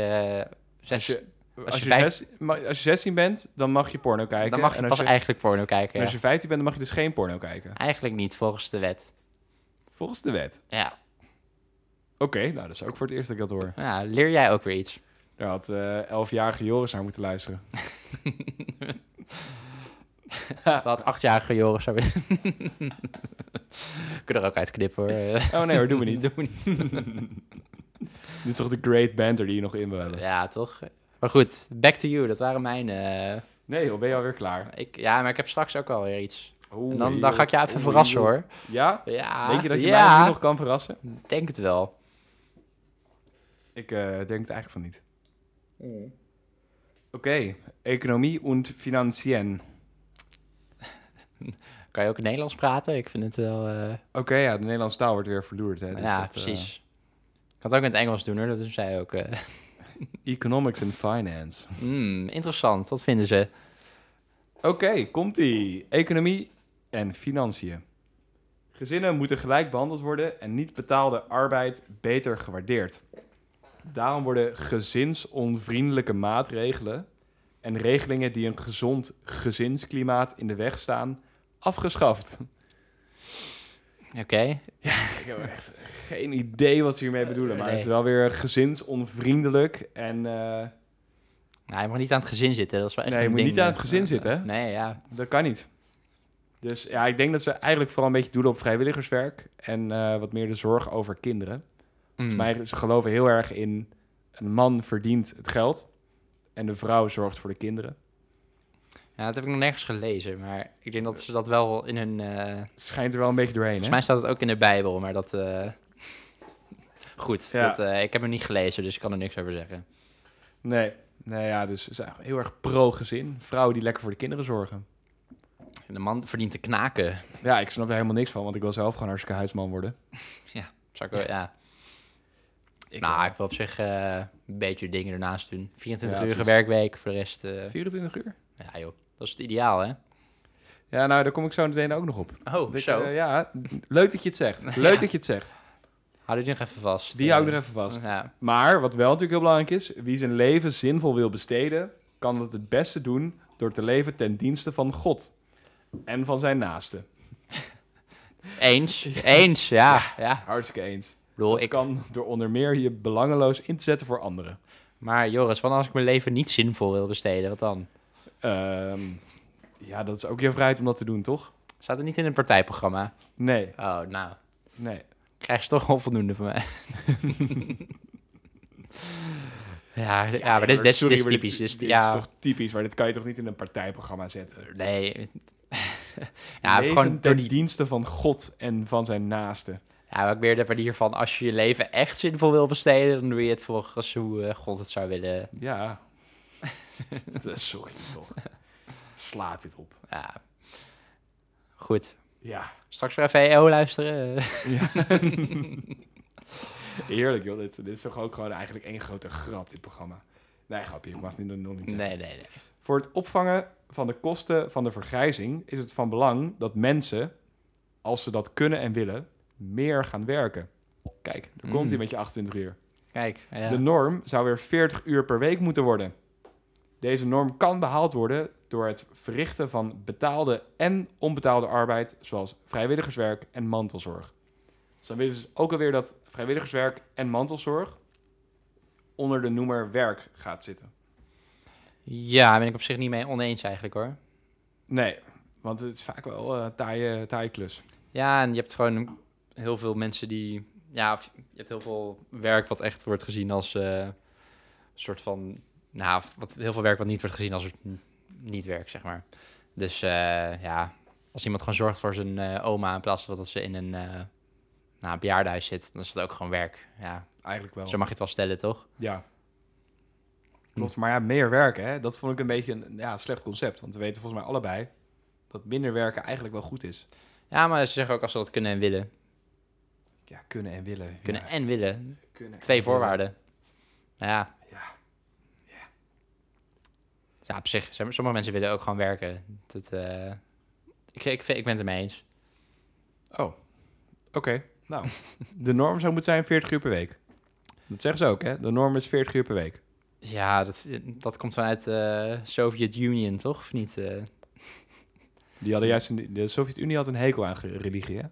[SPEAKER 2] Als je Als je,
[SPEAKER 1] vijf-
[SPEAKER 2] 16, ma- als je 16 bent, dan mag je porno kijken.
[SPEAKER 1] Dan mag je
[SPEAKER 2] en
[SPEAKER 1] pas
[SPEAKER 2] als je,
[SPEAKER 1] eigenlijk porno kijken.
[SPEAKER 2] en
[SPEAKER 1] ja.
[SPEAKER 2] als je 15 bent, dan mag je dus geen porno kijken.
[SPEAKER 1] Eigenlijk niet, volgens de wet.
[SPEAKER 2] Volgens de wet.
[SPEAKER 1] Ja,
[SPEAKER 2] Oké, nou dat is ook voor het eerst dat ik dat hoor.
[SPEAKER 1] Ja, leer jij ook weer
[SPEAKER 2] [laughs]
[SPEAKER 1] iets.
[SPEAKER 2] Daar had eh 11-jarige Joris naar moeten
[SPEAKER 1] [laughs]
[SPEAKER 2] luisteren.
[SPEAKER 1] Wat achtjarige Joris zou willen. [laughs] Kunnen er ook uitknippen hoor. Eh,
[SPEAKER 2] Oh nee hoor, doen we
[SPEAKER 1] [laughs]
[SPEAKER 2] niet.
[SPEAKER 1] Doen we niet.
[SPEAKER 2] [laughs] Dit is toch de great banter die je nog in wil hebben?
[SPEAKER 1] Ja, toch? Maar goed, back to you. Dat waren mijn... eh,
[SPEAKER 2] Nee joh, ben je alweer klaar?
[SPEAKER 1] ik, ja, maar ik heb straks ook alweer iets.
[SPEAKER 2] Oei,
[SPEAKER 1] En dan, dan ga ik je
[SPEAKER 2] joh.
[SPEAKER 1] even
[SPEAKER 2] Oei,
[SPEAKER 1] verrassen
[SPEAKER 2] joh.
[SPEAKER 1] hoor.
[SPEAKER 2] Ja?
[SPEAKER 1] Ja,
[SPEAKER 2] Denk je dat je
[SPEAKER 1] ja,
[SPEAKER 2] mij nu nog kan verrassen?
[SPEAKER 1] denk het wel.
[SPEAKER 2] Ik eh, denk het eigenlijk van niet. Mm. Oké, economie en financiën.
[SPEAKER 1] Kan je ook in Nederlands praten? Ik vind het wel... eh,
[SPEAKER 2] Oké, ja, de Nederlandse taal wordt weer verloerd. Hè, dus
[SPEAKER 1] ja,
[SPEAKER 2] dat, eh,
[SPEAKER 1] precies. Ik kan het ook in het Engels doen hoor, dat doen zij ook. eh. [laughs]
[SPEAKER 2] economics and finance.
[SPEAKER 1] Hmm, interessant, dat vinden ze.
[SPEAKER 2] Oké, komt-ie. Economie en financiën. Gezinnen moeten gelijk behandeld worden en niet betaalde arbeid beter gewaardeerd. Daarom worden gezinsonvriendelijke maatregelen en regelingen die een gezond gezinsklimaat in de weg staan, afgeschaft.
[SPEAKER 1] Oké.
[SPEAKER 2] Ik heb [laughs] echt geen idee wat ze hiermee bedoelen, maar
[SPEAKER 1] nee.
[SPEAKER 2] het is wel weer gezinsonvriendelijk en eh,
[SPEAKER 1] Nou, je mag niet aan het gezin zitten, dat is wel echt
[SPEAKER 2] Nee, je
[SPEAKER 1] een
[SPEAKER 2] moet
[SPEAKER 1] ding,
[SPEAKER 2] niet aan
[SPEAKER 1] eh.
[SPEAKER 2] het gezin zitten, hè?
[SPEAKER 1] Nee, ja.
[SPEAKER 2] dat kan niet. Dus ja, ik denk dat ze eigenlijk vooral een beetje doelen op vrijwilligerswerk en eh, wat meer de zorg over kinderen.
[SPEAKER 1] Hmm.
[SPEAKER 2] Volgens mij ze geloven heel erg in een man verdient het geld en de vrouw zorgt voor de kinderen.
[SPEAKER 1] Ja, dat heb ik nog nergens gelezen, maar ik denk dat ze dat wel in hun... eh,
[SPEAKER 2] Het schijnt er wel een beetje doorheen,
[SPEAKER 1] volgens
[SPEAKER 2] hè?
[SPEAKER 1] mij staat het ook in de Bijbel, maar dat... eh, [laughs] Goed,
[SPEAKER 2] Ja.
[SPEAKER 1] dat, eh, ik heb hem niet gelezen, dus ik kan er niks over zeggen.
[SPEAKER 2] Nee, nee ja, dus ze zijn heel erg pro-gezin. Vrouwen die lekker voor de kinderen zorgen.
[SPEAKER 1] De man verdient te knaken,
[SPEAKER 2] Ja, ik snap er helemaal niks van, want ik wil zelf gewoon hartstikke huisman worden.
[SPEAKER 1] zou ik wel,
[SPEAKER 2] [laughs]
[SPEAKER 1] ja. nou, ik wil op zich eh, een beetje dingen ernaast doen. 24
[SPEAKER 2] Ja,
[SPEAKER 1] uur
[SPEAKER 2] precies.
[SPEAKER 1] werkweek, voor de rest... eh,
[SPEAKER 2] 24 uur?
[SPEAKER 1] ja joh, dat is het ideaal hè?
[SPEAKER 2] Ja, nou, daar kom ik zo meteen ook nog op.
[SPEAKER 1] Oh,
[SPEAKER 2] Dus,
[SPEAKER 1] zo.
[SPEAKER 2] eh, ja, leuk dat je het
[SPEAKER 1] [laughs]
[SPEAKER 2] zegt. Leuk
[SPEAKER 1] Ja.
[SPEAKER 2] dat je het zegt.
[SPEAKER 1] Hou dit nog even vast.
[SPEAKER 2] Die
[SPEAKER 1] eh.
[SPEAKER 2] hou ik er even vast.
[SPEAKER 1] Ja,
[SPEAKER 2] Maar wat wel natuurlijk heel belangrijk is, wie zijn leven zinvol wil besteden, kan dat het beste doen door te leven ten dienste van God en van zijn naaste.
[SPEAKER 1] eens. Eens, ja. ja.
[SPEAKER 2] Hartstikke eens.
[SPEAKER 1] Ik bedoel, ik...
[SPEAKER 2] Kan door onder meer je belangeloos in te zetten voor anderen.
[SPEAKER 1] Maar Joris, wat als ik mijn leven niet zinvol wil besteden, wat dan?
[SPEAKER 2] Ehm, ja, dat is ook je vrijheid om dat te doen, toch?
[SPEAKER 1] Staat er niet in een partijprogramma?
[SPEAKER 2] Nee,
[SPEAKER 1] Oh, nou.
[SPEAKER 2] nee.
[SPEAKER 1] Krijg je toch onvoldoende van mij. [laughs] ja, ja, maar dit is, dit is-
[SPEAKER 2] sorry,
[SPEAKER 1] dit is
[SPEAKER 2] maar
[SPEAKER 1] typisch. Dit, is-
[SPEAKER 2] dit
[SPEAKER 1] ja,
[SPEAKER 2] is toch typisch, maar dit kan je toch niet in een partijprogramma zetten?
[SPEAKER 1] Nee. [laughs] ja,
[SPEAKER 2] Leven
[SPEAKER 1] gewoon door
[SPEAKER 2] ten
[SPEAKER 1] die...
[SPEAKER 2] dienste van God en van zijn naaste.
[SPEAKER 1] Ja, maar ik meer de manier van... Als je je leven echt zinvol wil besteden... dan doe je het volgens hoe eh, God het zou willen.
[SPEAKER 2] Ja. [laughs] Sorry toch. Slaat dit op.
[SPEAKER 1] Ja. Goed.
[SPEAKER 2] Ja.
[SPEAKER 1] Straks weer even EO luisteren. [laughs] eh.
[SPEAKER 2] [laughs] Heerlijk joh. Dit, dit is toch ook gewoon eigenlijk één grote grap, dit programma. Nee, grapje. Ik mag het nu nog niet zeggen.
[SPEAKER 1] nee, nee, nee.
[SPEAKER 2] Voor het opvangen van de kosten van de vergrijzing is het van belang dat mensen, als ze dat kunnen en willen, meer gaan werken. Kijk, daar komt hij
[SPEAKER 1] Mm.
[SPEAKER 2] met je 28 uur.
[SPEAKER 1] Kijk, ja.
[SPEAKER 2] De norm zou weer 40 uur per week moeten worden. Deze norm kan behaald worden door het verrichten van betaalde en onbetaalde arbeid, zoals vrijwilligerswerk en mantelzorg. Dus dan willen ze dus ook alweer dat vrijwilligerswerk en mantelzorg onder de noemer werk gaat zitten.
[SPEAKER 1] Ja, daar ben ik op zich niet mee oneens eigenlijk hoor.
[SPEAKER 2] Nee, want het is vaak wel een taaie, taaie klus.
[SPEAKER 1] Ja, en je hebt gewoon heel veel mensen die. Ja, of je hebt heel veel werk wat echt wordt gezien als eh, een soort van. Nou, wat, heel veel werk wat niet wordt gezien als n- niet werk, zeg maar. Dus eh, ja, als iemand gewoon zorgt voor zijn eh, oma in plaats van dat ze in een eh nou, bejaardenhuis zit, dan is dat ook gewoon werk. Ja,
[SPEAKER 2] Eigenlijk wel.
[SPEAKER 1] zo Hm. mag je het wel stellen, toch?
[SPEAKER 2] Ja. Klopt, maar ja, meer werken, hè? dat vond ik een beetje een ja, slecht concept. Want we weten volgens mij allebei dat minder werken eigenlijk wel goed is.
[SPEAKER 1] Ja, maar ze zeggen ook als ze dat kunnen en willen.
[SPEAKER 2] Ja, kunnen en willen.
[SPEAKER 1] Kunnen
[SPEAKER 2] Ja,
[SPEAKER 1] en willen.
[SPEAKER 2] kunnen en
[SPEAKER 1] Twee
[SPEAKER 2] willen.
[SPEAKER 1] voorwaarden. Nou ja.
[SPEAKER 2] Ja.
[SPEAKER 1] Ja, op zich. som- Sommige mensen willen ook gewoon werken. Dat, eh, ik, ik, vind- ik ben het ermee eens.
[SPEAKER 2] Oh, oké.
[SPEAKER 1] [laughs]
[SPEAKER 2] Nou, de norm zou moeten zijn 40 uur per week. Dat zeggen ze ook, hè? De norm is 40 uur per week.
[SPEAKER 1] Ja, dat, dat komt vanuit de Sovjet-Union, toch? Of niet? eh?
[SPEAKER 2] Die hadden juist een, de Sovjet-Unie had een hekel aan ge- religie, hè?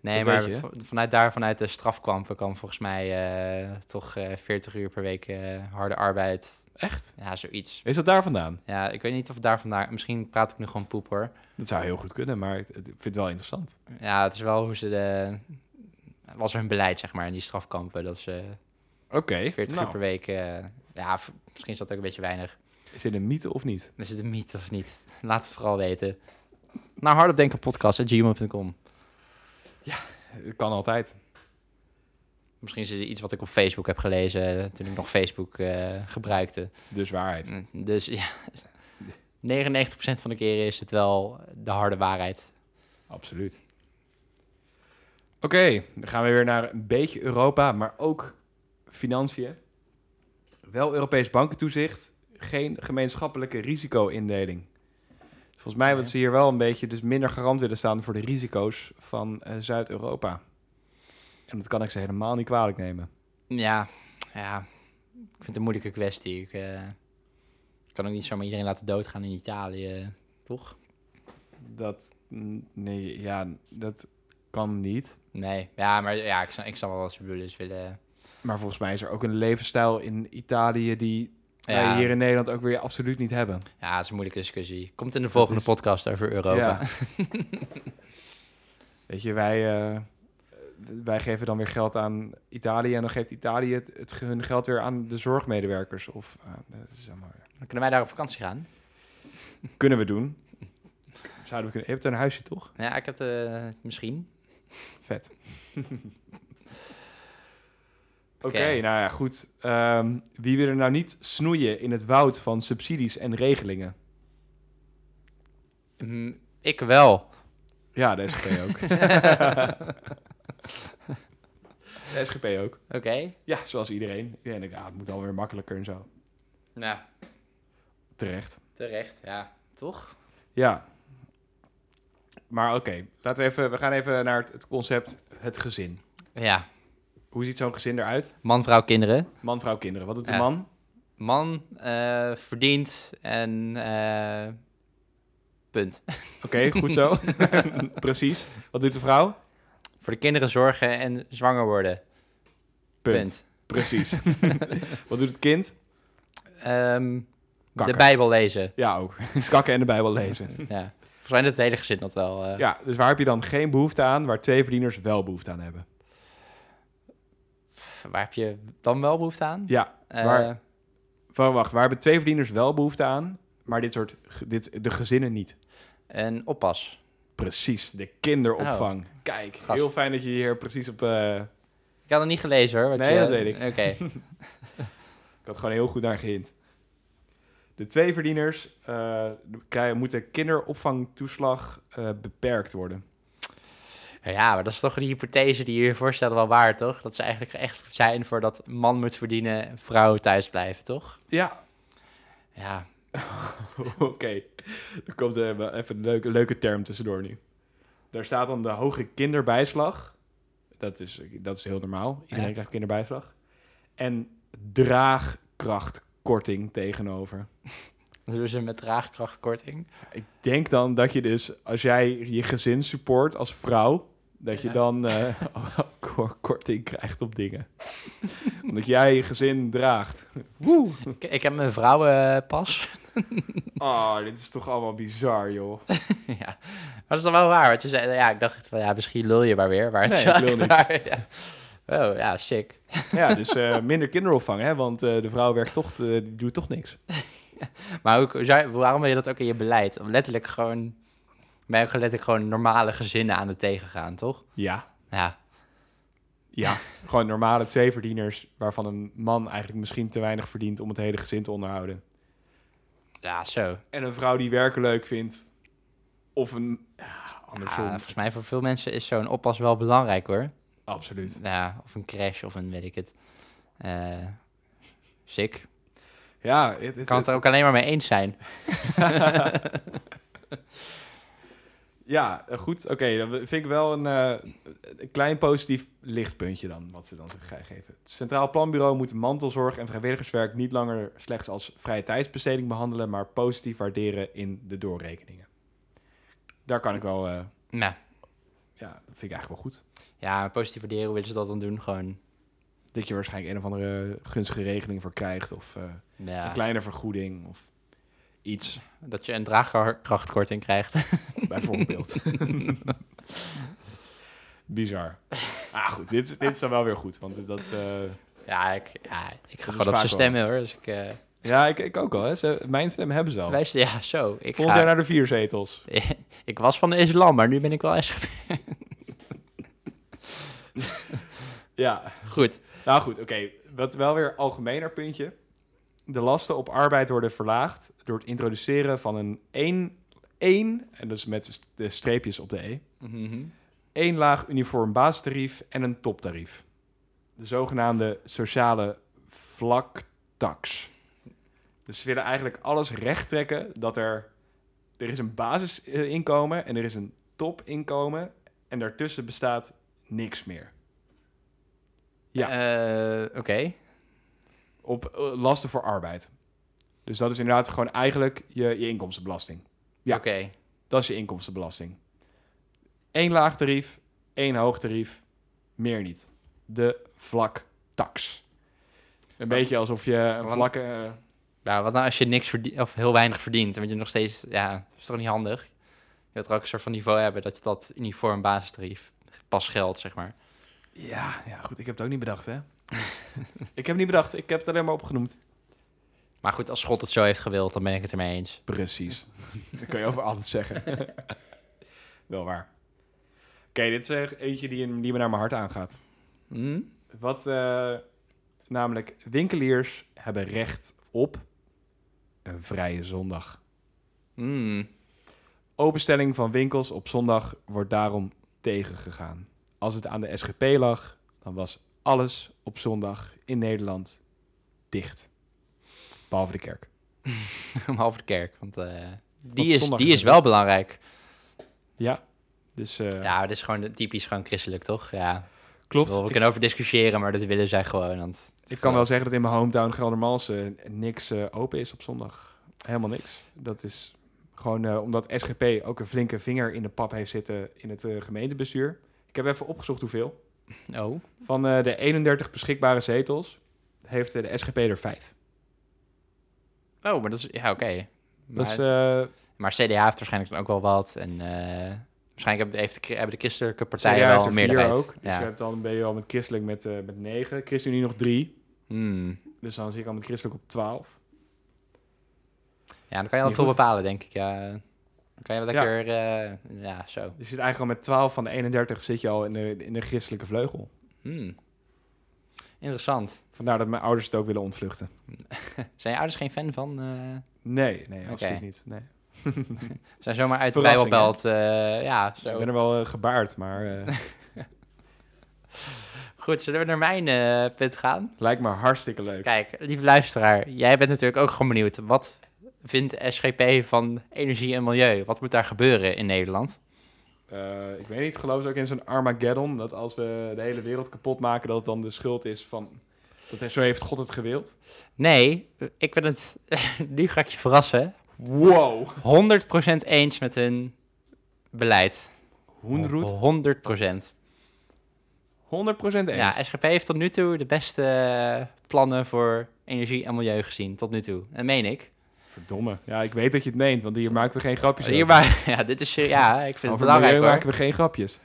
[SPEAKER 1] nee,
[SPEAKER 2] Dat
[SPEAKER 1] maar
[SPEAKER 2] weet je, hè?
[SPEAKER 1] v- vanuit daar, vanuit de strafkampen, kan volgens mij eh, toch eh 40 uur per week eh, harde arbeid.
[SPEAKER 2] Echt?
[SPEAKER 1] Ja, zoiets.
[SPEAKER 2] Is dat daar vandaan?
[SPEAKER 1] Ja, ik weet niet of daar vandaan... Misschien praat ik nu gewoon poep, hoor.
[SPEAKER 2] Dat zou heel goed kunnen, maar ik ik vind het wel interessant.
[SPEAKER 1] Ja, het is wel hoe ze de... Was er hun beleid, zeg maar, in die strafkampen. Dat ze
[SPEAKER 2] Oké.
[SPEAKER 1] 40 uur per
[SPEAKER 2] Nou,
[SPEAKER 1] week... eh, ja, v- misschien is dat ook een beetje weinig.
[SPEAKER 2] is dit een mythe of niet?
[SPEAKER 1] Is het een mythe of niet? Laat het vooral weten. Naar hardopdenkenpodcast.gmail.com
[SPEAKER 2] Het kan altijd.
[SPEAKER 1] Misschien is het iets wat ik op Facebook heb gelezen toen ik nog Facebook eh, gebruikte.
[SPEAKER 2] Dus waarheid.
[SPEAKER 1] Dus ja, [laughs] 99% van de keren is het wel de harde waarheid.
[SPEAKER 2] Absoluut. Oké, dan gaan we weer naar een beetje Europa, maar ook financiën. Wel Europees bankentoezicht, geen gemeenschappelijke risico-indeling. Volgens mij wat ze hier wel een beetje dus minder garant willen staan voor de risico's van eh, Zuid-Europa. En dat kan ik ze helemaal niet kwalijk nemen.
[SPEAKER 1] Ja, ja, ik vind het een moeilijke kwestie. Ik eh, kan ook niet zomaar iedereen laten doodgaan in Italië, toch?
[SPEAKER 2] Dat, mm, nee, ja, dat kan niet.
[SPEAKER 1] Nee, ja, maar ja, ik snap, ik snap wel wat ze bedoelen. Ze willen...
[SPEAKER 2] Maar volgens mij is er ook een levensstijl in Italië die wij
[SPEAKER 1] Ja,
[SPEAKER 2] hier in Nederland ook weer absoluut niet hebben.
[SPEAKER 1] ja, het is een moeilijke discussie. Komt in de volgende
[SPEAKER 2] is-
[SPEAKER 1] podcast over Europa. [laughs]
[SPEAKER 2] Ja. [laughs] Weet je, wij, eh, wij geven dan weer geld aan Italië en dan geeft Italië het, het, ge- hun geld weer aan de zorgmedewerkers. Of, aan- dat is allemaal weer-
[SPEAKER 1] Dan kunnen wij daar op vakantie gaan.
[SPEAKER 2] Kunnen we doen. Zouden we kunnen... Je hebt een huisje, toch?
[SPEAKER 1] Ja, ik heb eh misschien.
[SPEAKER 2] Vet. Oké,
[SPEAKER 1] Oké.
[SPEAKER 2] nou ja, goed. Ehm, wie wil er nou niet snoeien in het woud van subsidies en regelingen?
[SPEAKER 1] Mm, ik wel.
[SPEAKER 2] Ja, de SGP ook. de SGP ook.
[SPEAKER 1] Oké.
[SPEAKER 2] Ja, zoals iedereen. Iedereen denkt, ah, het moet alweer makkelijker en zo.
[SPEAKER 1] Nou,
[SPEAKER 2] Terecht.
[SPEAKER 1] terecht. Ja, toch?
[SPEAKER 2] Ja. Maar oké, laten we even, we gaan even naar het, het concept het gezin.
[SPEAKER 1] Ja.
[SPEAKER 2] Hoe ziet zo'n gezin eruit?
[SPEAKER 1] Man, vrouw, kinderen.
[SPEAKER 2] Man, vrouw, kinderen. Wat doet de
[SPEAKER 1] Ja.
[SPEAKER 2] man?
[SPEAKER 1] Man eh, verdient en eh, punt.
[SPEAKER 2] Oké, goed
[SPEAKER 1] [laughs]
[SPEAKER 2] zo. Precies. Wat doet de vrouw? Punt.
[SPEAKER 1] Voor de kinderen zorgen en zwanger worden. Punt.
[SPEAKER 2] Precies.
[SPEAKER 1] [laughs]
[SPEAKER 2] Wat doet het kind?
[SPEAKER 1] Ehm, de
[SPEAKER 2] Kakken.
[SPEAKER 1] Bijbel
[SPEAKER 2] [laughs]
[SPEAKER 1] lezen.
[SPEAKER 2] Ja, ook. Kakken en de Bijbel lezen.
[SPEAKER 1] ja. Volgens mij doet het hele gezin dat wel. eh.
[SPEAKER 2] Ja, dus waar heb je dan geen behoefte aan, waar twee verdieners wel behoefte aan hebben?
[SPEAKER 1] Waar heb je dan wel behoefte aan?
[SPEAKER 2] Ja,
[SPEAKER 1] Eh,
[SPEAKER 2] waar- wa- wacht, waar hebben twee verdieners wel behoefte aan, maar dit soort, ge- dit, de gezinnen niet?
[SPEAKER 1] een oppas.
[SPEAKER 2] Precies, de kinderopvang. Kijk,
[SPEAKER 1] Oh. Gast.
[SPEAKER 2] heel fijn dat je hier precies op... eh,
[SPEAKER 1] Ik had het niet gelezen hoor. wat
[SPEAKER 2] Nee,
[SPEAKER 1] je-
[SPEAKER 2] dat weet ik.
[SPEAKER 1] [laughs] Oké.
[SPEAKER 2] Ik had gewoon heel goed naar gehind. De twee verdieners eh, krijgen, moeten kinderopvangtoeslag eh, beperkt worden.
[SPEAKER 1] Ja, maar dat is toch die hypothese die je hier voorstelt wel waar, toch? Dat ze eigenlijk echt zijn voor dat man moet verdienen, vrouw thuis blijven, toch?
[SPEAKER 2] Ja.
[SPEAKER 1] Ja,
[SPEAKER 2] [laughs] Oké. Er komt eh, wel even een leuke, leuke term tussendoor nu. Daar staat dan de hoge kinderbijslag. Dat is, dat is heel normaal. Iedereen
[SPEAKER 1] Ja.
[SPEAKER 2] krijgt kinderbijslag. En draagkrachtkorting tegenover.
[SPEAKER 1] dat doen ze met draagkrachtkorting.
[SPEAKER 2] Ik denk dan dat je dus, als jij je gezin support als vrouw, dat je
[SPEAKER 1] Ja.
[SPEAKER 2] dan eh, [laughs] ko- korting krijgt op dingen. Omdat jij je gezin draagt. Woe!
[SPEAKER 1] Ik, ik heb mijn eh, vrouwenpas.
[SPEAKER 2] Oh, dit is toch allemaal bizar, joh.
[SPEAKER 1] [laughs] ja, maar dat is dan wel waar, wat je zei. Ja, ik dacht van, ja, misschien lul je maar weer, maar het is
[SPEAKER 2] Nee, ik
[SPEAKER 1] wel
[SPEAKER 2] lul
[SPEAKER 1] echt waar, ja. Oh, ja, sick.
[SPEAKER 2] Ja, dus eh, minder kinderopvang, hè? Want eh, de vrouw werkt toch, eh, die doet toch niks.
[SPEAKER 1] Maar hoe, hoe zou- waarom wil je dat ook in je beleid? Om letterlijk gewoon, ben je ook letterlijk gewoon normale gezinnen aan het tegengaan, toch?
[SPEAKER 2] Ja.
[SPEAKER 1] Ja,
[SPEAKER 2] Ja, gewoon normale tweeverdieners, waarvan een man eigenlijk misschien te weinig verdient om het hele gezin te onderhouden.
[SPEAKER 1] ja zo.
[SPEAKER 2] En een vrouw die werken leuk vindt, of een... Ja,
[SPEAKER 1] Ja,
[SPEAKER 2] andersom.
[SPEAKER 1] volgens mij voor veel mensen is zo'n oppas wel belangrijk, hoor.
[SPEAKER 2] Absoluut.
[SPEAKER 1] Ja, of een crash of een weet ik het. Eh sick.
[SPEAKER 2] Ja, het, het,
[SPEAKER 1] Ik kan het er ook alleen maar mee eens zijn.
[SPEAKER 2] [laughs] Ja, eh, goed. Oké, dan vind ik wel een, eh, een klein positief lichtpuntje dan, wat ze dan ge- geven. Het Centraal Planbureau moet mantelzorg en vrijwilligerswerk niet langer slechts als vrije tijdsbesteding behandelen, maar positief waarderen in de doorrekeningen. Daar kan ik wel, eh,
[SPEAKER 1] Nou,
[SPEAKER 2] ja, dat vind ik eigenlijk wel goed.
[SPEAKER 1] ja, positief waarderen, hoe willen ze dat dan doen? Gewoon,
[SPEAKER 2] Dat je waarschijnlijk een of andere gunstige regeling voor krijgt, of eh, een
[SPEAKER 1] ja,
[SPEAKER 2] kleine vergoeding, of iets,
[SPEAKER 1] dat je een draagkrachtkorting krijgt.
[SPEAKER 2] bijvoorbeeld. [laughs] Bizar. Ah, goed, dit, dit is dan wel weer goed, want dat... eh,
[SPEAKER 1] ja, ik, ja, ik ga
[SPEAKER 2] is
[SPEAKER 1] gewoon op
[SPEAKER 2] vaak
[SPEAKER 1] ze stemmen hoor. Dus ik, eh,
[SPEAKER 2] Ja, ik, ik ook al. Hè. Ze- mijn stem hebben ze al.
[SPEAKER 1] wij st- ja, zo. Ik,
[SPEAKER 2] Oh. Volgend
[SPEAKER 1] ga,
[SPEAKER 2] jaar naar de vier zetels.
[SPEAKER 1] [laughs] ik was van de islam, maar nu ben ik wel SGP.
[SPEAKER 2] Ja.
[SPEAKER 1] [laughs] Goed.
[SPEAKER 2] Nou goed, oké. Wat wel weer algemener puntje. De lasten op arbeid worden verlaagd door het introduceren van een één, één en dat is met de st- de streepjes op de E,
[SPEAKER 1] Mhm.
[SPEAKER 2] één laag uniform basistarief en een toptarief. De zogenaamde sociale vlaktax. Dus ze willen eigenlijk alles recht trekken dat er... Er is een basisinkomen en er is een topinkomen en daartussen bestaat niks meer. Ja.
[SPEAKER 1] Eh, Oké.
[SPEAKER 2] Op eh, lasten voor arbeid. Dus dat is inderdaad gewoon eigenlijk je, je inkomstenbelasting. Ja.
[SPEAKER 1] Oké.
[SPEAKER 2] Dat is je inkomstenbelasting. Eén laag tarief, één hoog tarief, meer niet. De vlaktax. Een beetje alsof je een
[SPEAKER 1] Want-
[SPEAKER 2] vlakke... eh,
[SPEAKER 1] Nou, wat nou als je niks verdient, of heel weinig verdient, want je nog steeds, ja, is toch niet handig? Je wilt er ook een soort van niveau hebben dat je dat uniform basistarief pas geldt, zeg maar.
[SPEAKER 2] Ja, ja, goed, ik heb het ook niet bedacht, hè? [laughs] ik heb het niet bedacht, ik heb het alleen maar opgenoemd.
[SPEAKER 1] Maar goed, als Schot het zo heeft gewild, dan ben ik het ermee eens.
[SPEAKER 2] Precies. [laughs] Dat kun je over alles zeggen. [laughs] Wel waar. Oké, dit is er eentje die, die me naar mijn hart aangaat. Mhm.
[SPEAKER 1] Hm?
[SPEAKER 2] Wat eh, namelijk, winkeliers hebben recht op een vrije zondag.
[SPEAKER 1] Hm.
[SPEAKER 2] Openstelling van winkels op zondag wordt daarom tegengegaan. Als het aan de SGP lag, dan was alles op zondag in Nederland dicht. Behalve de kerk.
[SPEAKER 1] [laughs] Om half de kerk, want eh,
[SPEAKER 2] Want
[SPEAKER 1] die, is,
[SPEAKER 2] zondag
[SPEAKER 1] die
[SPEAKER 2] is
[SPEAKER 1] is
[SPEAKER 2] het
[SPEAKER 1] wel
[SPEAKER 2] best.
[SPEAKER 1] belangrijk.
[SPEAKER 2] Ja, dus eh,
[SPEAKER 1] Ja, het is gewoon de- typisch gewoon christelijk, toch? Ja.
[SPEAKER 2] klopt.
[SPEAKER 1] Wel, We
[SPEAKER 2] Ik,
[SPEAKER 1] kunnen over discussiëren, maar dat willen zij gewoon. Want
[SPEAKER 2] ik kan wel zeggen dat in mijn hometown Geldermals eh, niks eh, open is op zondag. Helemaal niks. Dat is gewoon eh, omdat SGP ook een flinke vinger in de pap heeft zitten in het eh, gemeentebestuur. Ik heb even opgezocht hoeveel.
[SPEAKER 1] Oh,
[SPEAKER 2] Van eh, de 31 beschikbare zetels heeft eh, de SGP er vijf.
[SPEAKER 1] oh maar dat is... Ja, oké. Maar,
[SPEAKER 2] Dat is, eh,
[SPEAKER 1] maar CDA heeft waarschijnlijk dan ook wel wat. En eh, waarschijnlijk hebben- heeft de, hebben de christelijke partijen
[SPEAKER 2] CDA heeft
[SPEAKER 1] wel
[SPEAKER 2] er
[SPEAKER 1] een
[SPEAKER 2] vier
[SPEAKER 1] meerderheid.
[SPEAKER 2] ook. Dus
[SPEAKER 1] ja.
[SPEAKER 2] je hebt dan, ben je al met christelijk met, eh met negen. ChristenUnie nog drie.
[SPEAKER 1] Hmm.
[SPEAKER 2] Dus dan zie ik al met christelijk op twaalf.
[SPEAKER 1] ja, dan
[SPEAKER 2] Is
[SPEAKER 1] kan je al
[SPEAKER 2] niet
[SPEAKER 1] veel
[SPEAKER 2] goed.
[SPEAKER 1] bepalen, denk ik. Ja. Dan kan je wel lekker... eh, ja, zo.
[SPEAKER 2] Dus je zit eigenlijk al met 12 van de 31 zit je al in de, in de christelijke vleugel.
[SPEAKER 1] Hmm. Interessant.
[SPEAKER 2] Vandaar dat mijn ouders het ook willen ontvluchten.
[SPEAKER 1] Zijn je ouders geen fan van... eh,
[SPEAKER 2] Nee, nee, absoluut
[SPEAKER 1] Oké.
[SPEAKER 2] niet. Nee.
[SPEAKER 1] zijn zomaar uit de
[SPEAKER 2] Verrassing,
[SPEAKER 1] Bijbelbelt. eh, ja,
[SPEAKER 2] Ik
[SPEAKER 1] zo.
[SPEAKER 2] ben er wel eh, gebaard, maar
[SPEAKER 1] [laughs]
[SPEAKER 2] eh, [laughs]
[SPEAKER 1] Goed, zullen we naar mijn eh punt gaan?
[SPEAKER 2] lijkt me hartstikke leuk.
[SPEAKER 1] Kijk, lieve luisteraar, jij bent natuurlijk ook gewoon benieuwd. Wat vindt SGP van energie en milieu? Wat moet daar gebeuren in Nederland?
[SPEAKER 2] Eh, ik weet niet, geloof ze ook in zo'n Armageddon. Dat als we de hele wereld kapot maken, dat het dan de schuld is van... Dat hij, zo heeft God het gewild.
[SPEAKER 1] Nee, ik ben het. [laughs] nu ga ik je verrassen.
[SPEAKER 2] Wow!
[SPEAKER 1] 100% eens met hun beleid.
[SPEAKER 2] Hoenroet,
[SPEAKER 1] 100%.
[SPEAKER 2] 100% eens.
[SPEAKER 1] Ja, SGP heeft tot nu toe de beste eh, plannen voor energie en milieu gezien. Tot nu toe. Dat meen ik.
[SPEAKER 2] Verdomme. Ja, ik weet dat je het meent, want hier maken we geen grapjes
[SPEAKER 1] Hier
[SPEAKER 2] over.
[SPEAKER 1] maar, [laughs] ja, dit is. eh, Ja, ik vind het
[SPEAKER 2] Over
[SPEAKER 1] belangrijk.
[SPEAKER 2] milieu
[SPEAKER 1] Hoor.
[SPEAKER 2] maken we geen grapjes.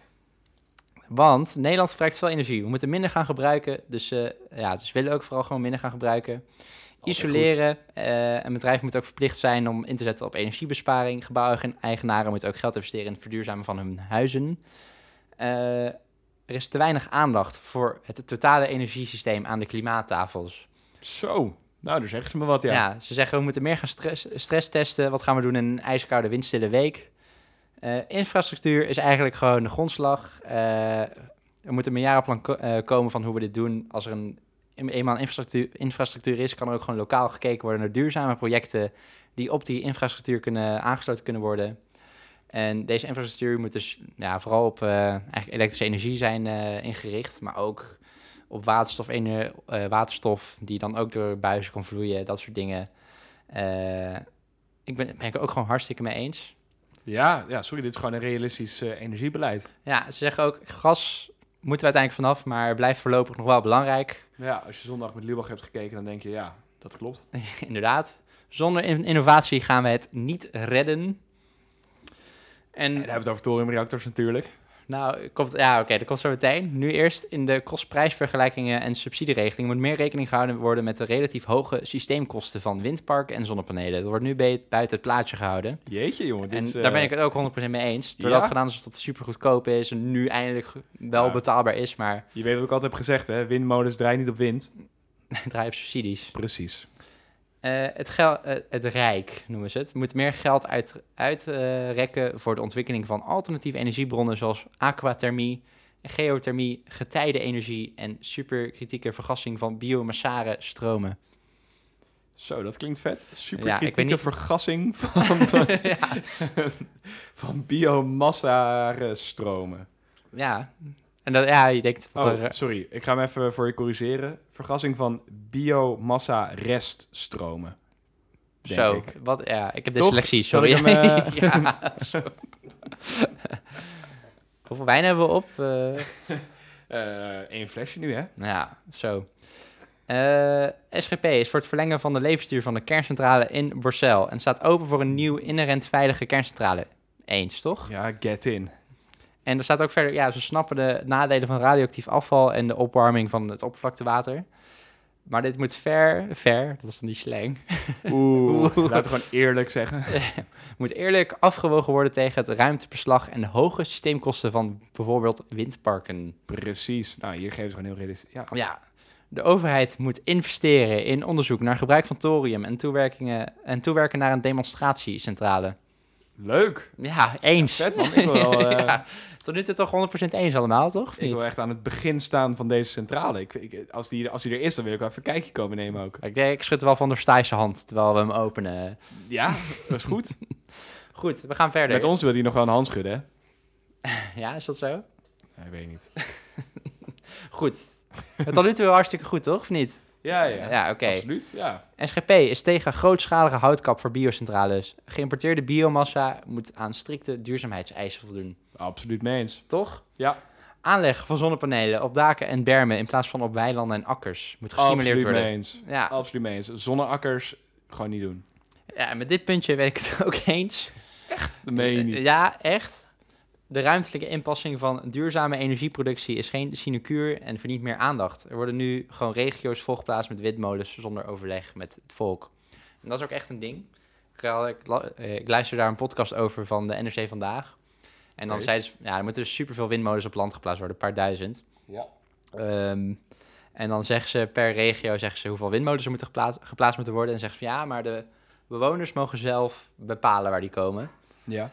[SPEAKER 1] Want Nederland verbruikt veel energie. We moeten minder gaan gebruiken. Dus, eh, ja, dus we willen ook vooral gewoon minder gaan gebruiken.
[SPEAKER 2] Altijd
[SPEAKER 1] Isoleren. eh, een bedrijf moet ook verplicht zijn om in te zetten op energiebesparing. Gebouweneigenaren moeten ook geld investeren in het verduurzamen van hun huizen. Eh, er is te weinig aandacht voor het totale energiesysteem aan de klimaattafels.
[SPEAKER 2] Zo. Nou, daar zeggen ze me wat, ja.
[SPEAKER 1] Ja. ze zeggen we moeten meer gaan stress, stress testen. Wat gaan we doen in een ijskoude windstille week? Eh, infrastructuur is eigenlijk gewoon de grondslag. Eh, er moet een meerjarenplan ko- eh, komen van hoe we dit doen. Als er een, eenmaal een infrastructuur, infrastructuur is, kan er ook gewoon lokaal gekeken worden naar duurzame projecten die op die infrastructuur kunnen aangesloten kunnen worden. En deze infrastructuur moet dus ja, vooral op eh, eigenlijk elektrische energie zijn eh, ingericht, maar ook op waterstof, ener- eh, waterstof die dan ook door buizen kan vloeien, dat soort dingen. Eh, ik ben, ben ik er ook gewoon hartstikke mee eens.
[SPEAKER 2] Ja, ja, sorry, dit is gewoon een realistisch eh, energiebeleid.
[SPEAKER 1] Ja, ze zeggen ook, gas moeten we uiteindelijk vanaf, maar blijft voorlopig nog wel belangrijk. [laughs]
[SPEAKER 2] Ja, als je zondag met Lubach hebt gekeken, dan denk je, ja, dat klopt.
[SPEAKER 1] Inderdaad. Zonder in- innovatie gaan we het niet redden.
[SPEAKER 2] En
[SPEAKER 1] En
[SPEAKER 2] dan hebben we het over thoriumreactors natuurlijk.
[SPEAKER 1] nou, komt, ja, oké, dat komt zo meteen. Nu eerst in de kostprijsvergelijkingen en subsidieregeling moet meer rekening gehouden worden met de relatief hoge systeemkosten van windparken en zonnepanelen. Dat wordt nu be- buiten het plaatje gehouden.
[SPEAKER 2] Jeetje, jongen. dit
[SPEAKER 1] en
[SPEAKER 2] is, eh,
[SPEAKER 1] daar ben ik het ook 100% mee eens. Doordat
[SPEAKER 2] ja?
[SPEAKER 1] het gedaan is alsof het super goedkoop is en nu eindelijk wel
[SPEAKER 2] Ja.
[SPEAKER 1] betaalbaar is, maar [laughs]
[SPEAKER 2] Je weet wat ik altijd heb gezegd, hè? Windmolens draaien niet op wind.
[SPEAKER 1] het draait op subsidies.
[SPEAKER 2] Precies.
[SPEAKER 1] Eh, het, gel- eh, het Rijk, noemen ze het, moet meer geld uitrekken voor de ontwikkeling van alternatieve energiebronnen zoals aquathermie, geothermie, getijdenenergie en superkritieke vergassing van biomassare stromen.
[SPEAKER 2] Zo, dat klinkt vet. Super
[SPEAKER 1] Ja, ik
[SPEAKER 2] kritieke
[SPEAKER 1] weet niet- [laughs]
[SPEAKER 2] vergassing van, [laughs] van biomassa-stromen.
[SPEAKER 1] Ja, en dat, ja, je denkt, wat
[SPEAKER 2] Oh,
[SPEAKER 1] er-
[SPEAKER 2] sorry. Ik ga hem even voor je corrigeren. Vergassing van biomassa-reststromen. denk
[SPEAKER 1] zo,
[SPEAKER 2] ik.
[SPEAKER 1] wat, ja, ik heb
[SPEAKER 2] Toch?
[SPEAKER 1] dyslexie,
[SPEAKER 2] Zal ik
[SPEAKER 1] sorry.
[SPEAKER 2] hem, eh,
[SPEAKER 1] [laughs] ja, zo. Hoeveel wijn hebben we op? Eh,
[SPEAKER 2] Eén Eh, flesje nu, hè?
[SPEAKER 1] Nou ja, zo. Eh, SGP is voor het verlengen van de levensduur van de kerncentrale in Borcel en staat open voor een nieuw inherent veilige kerncentrale. Eens, toch?
[SPEAKER 2] Ja,
[SPEAKER 1] [laughs]
[SPEAKER 2] get in.
[SPEAKER 1] En er staat ook verder, ja, ze snappen de nadelen van radioactief afval en de opwarming van het oppervlaktewater. Maar dit moet ver, ver, dat is dan die slang,
[SPEAKER 2] Oeh,
[SPEAKER 1] Oeh.
[SPEAKER 2] laten we gewoon eerlijk zeggen.
[SPEAKER 1] moet eerlijk afgewogen worden tegen het ruimtebeslag en de hoge systeemkosten van bijvoorbeeld windparken.
[SPEAKER 2] Precies. Nou, hier geven ze gewoon heel realistisch. Ja.
[SPEAKER 1] Ja, de overheid moet investeren in onderzoek naar gebruik van thorium en, toewerkingen, en toewerken naar een demonstratiecentrale.
[SPEAKER 2] Leuk.
[SPEAKER 1] Ja, eens.
[SPEAKER 2] Vet man. Ik
[SPEAKER 1] [laughs]
[SPEAKER 2] wil, wel, eh,
[SPEAKER 1] Ja, tot nu toe toch 100% eens allemaal, toch? Of
[SPEAKER 2] ik wil
[SPEAKER 1] niet?
[SPEAKER 2] echt aan het begin staan van deze centrale. Ik, ik- als, die, als die er is, dan wil ik wel even een kijkje komen nemen ook.
[SPEAKER 1] Ik, denk, ik schud wel van de Stijse hand terwijl we hem openen.
[SPEAKER 2] Ja, dat is goed.
[SPEAKER 1] Goed, we gaan [laughs] verder.
[SPEAKER 2] Met ons wil hij nog wel een hand schudden, hè?
[SPEAKER 1] Ja, is dat zo?
[SPEAKER 2] Nee, ik weet niet.
[SPEAKER 1] Goed. [laughs] tot nu toe wel hartstikke goed, toch? Of niet?
[SPEAKER 2] Ja, ja.
[SPEAKER 1] Ja, oké.
[SPEAKER 2] Absoluut, ja.
[SPEAKER 1] SGP is tegen grootschalige houtkap voor biocentrales. Geïmporteerde biomassa moet aan strikte duurzaamheidseisen voldoen.
[SPEAKER 2] Absoluut mee eens.
[SPEAKER 1] toch?
[SPEAKER 2] Ja.
[SPEAKER 1] Aanleg van zonnepanelen op daken en bermen in plaats van op weilanden en akkers moet gestimuleerd
[SPEAKER 2] Absoluut
[SPEAKER 1] worden.
[SPEAKER 2] mee eens.
[SPEAKER 1] Ja.
[SPEAKER 2] Absoluut mee eens. Zonneakkers, gewoon niet doen.
[SPEAKER 1] ja, en met dit puntje ben ik het [laughs] ook eens.
[SPEAKER 2] Dat meen
[SPEAKER 1] eh,
[SPEAKER 2] je niet.
[SPEAKER 1] Ja, echt. De ruimtelijke inpassing van duurzame energieproductie is geen sinecure en verdient meer aandacht. Er worden nu gewoon regio's volgeplaatst met windmolens zonder overleg met het volk. En dat is ook echt een ding. Ik, had- ik la- eh, ik luisterde daar een podcast over van de NRC Vandaag. En dan
[SPEAKER 2] Oké.
[SPEAKER 1] zeiden ze, ja, er moeten dus superveel windmolens op land geplaatst worden, een paar duizend.
[SPEAKER 2] Ja.
[SPEAKER 1] Ehm, en dan zeggen ze per regio zeggen ze hoeveel windmolens er moeten geplaatst, geplaatst moeten worden. En zeggen ze van ja, maar de bewoners mogen zelf bepalen waar die komen.
[SPEAKER 2] Ja.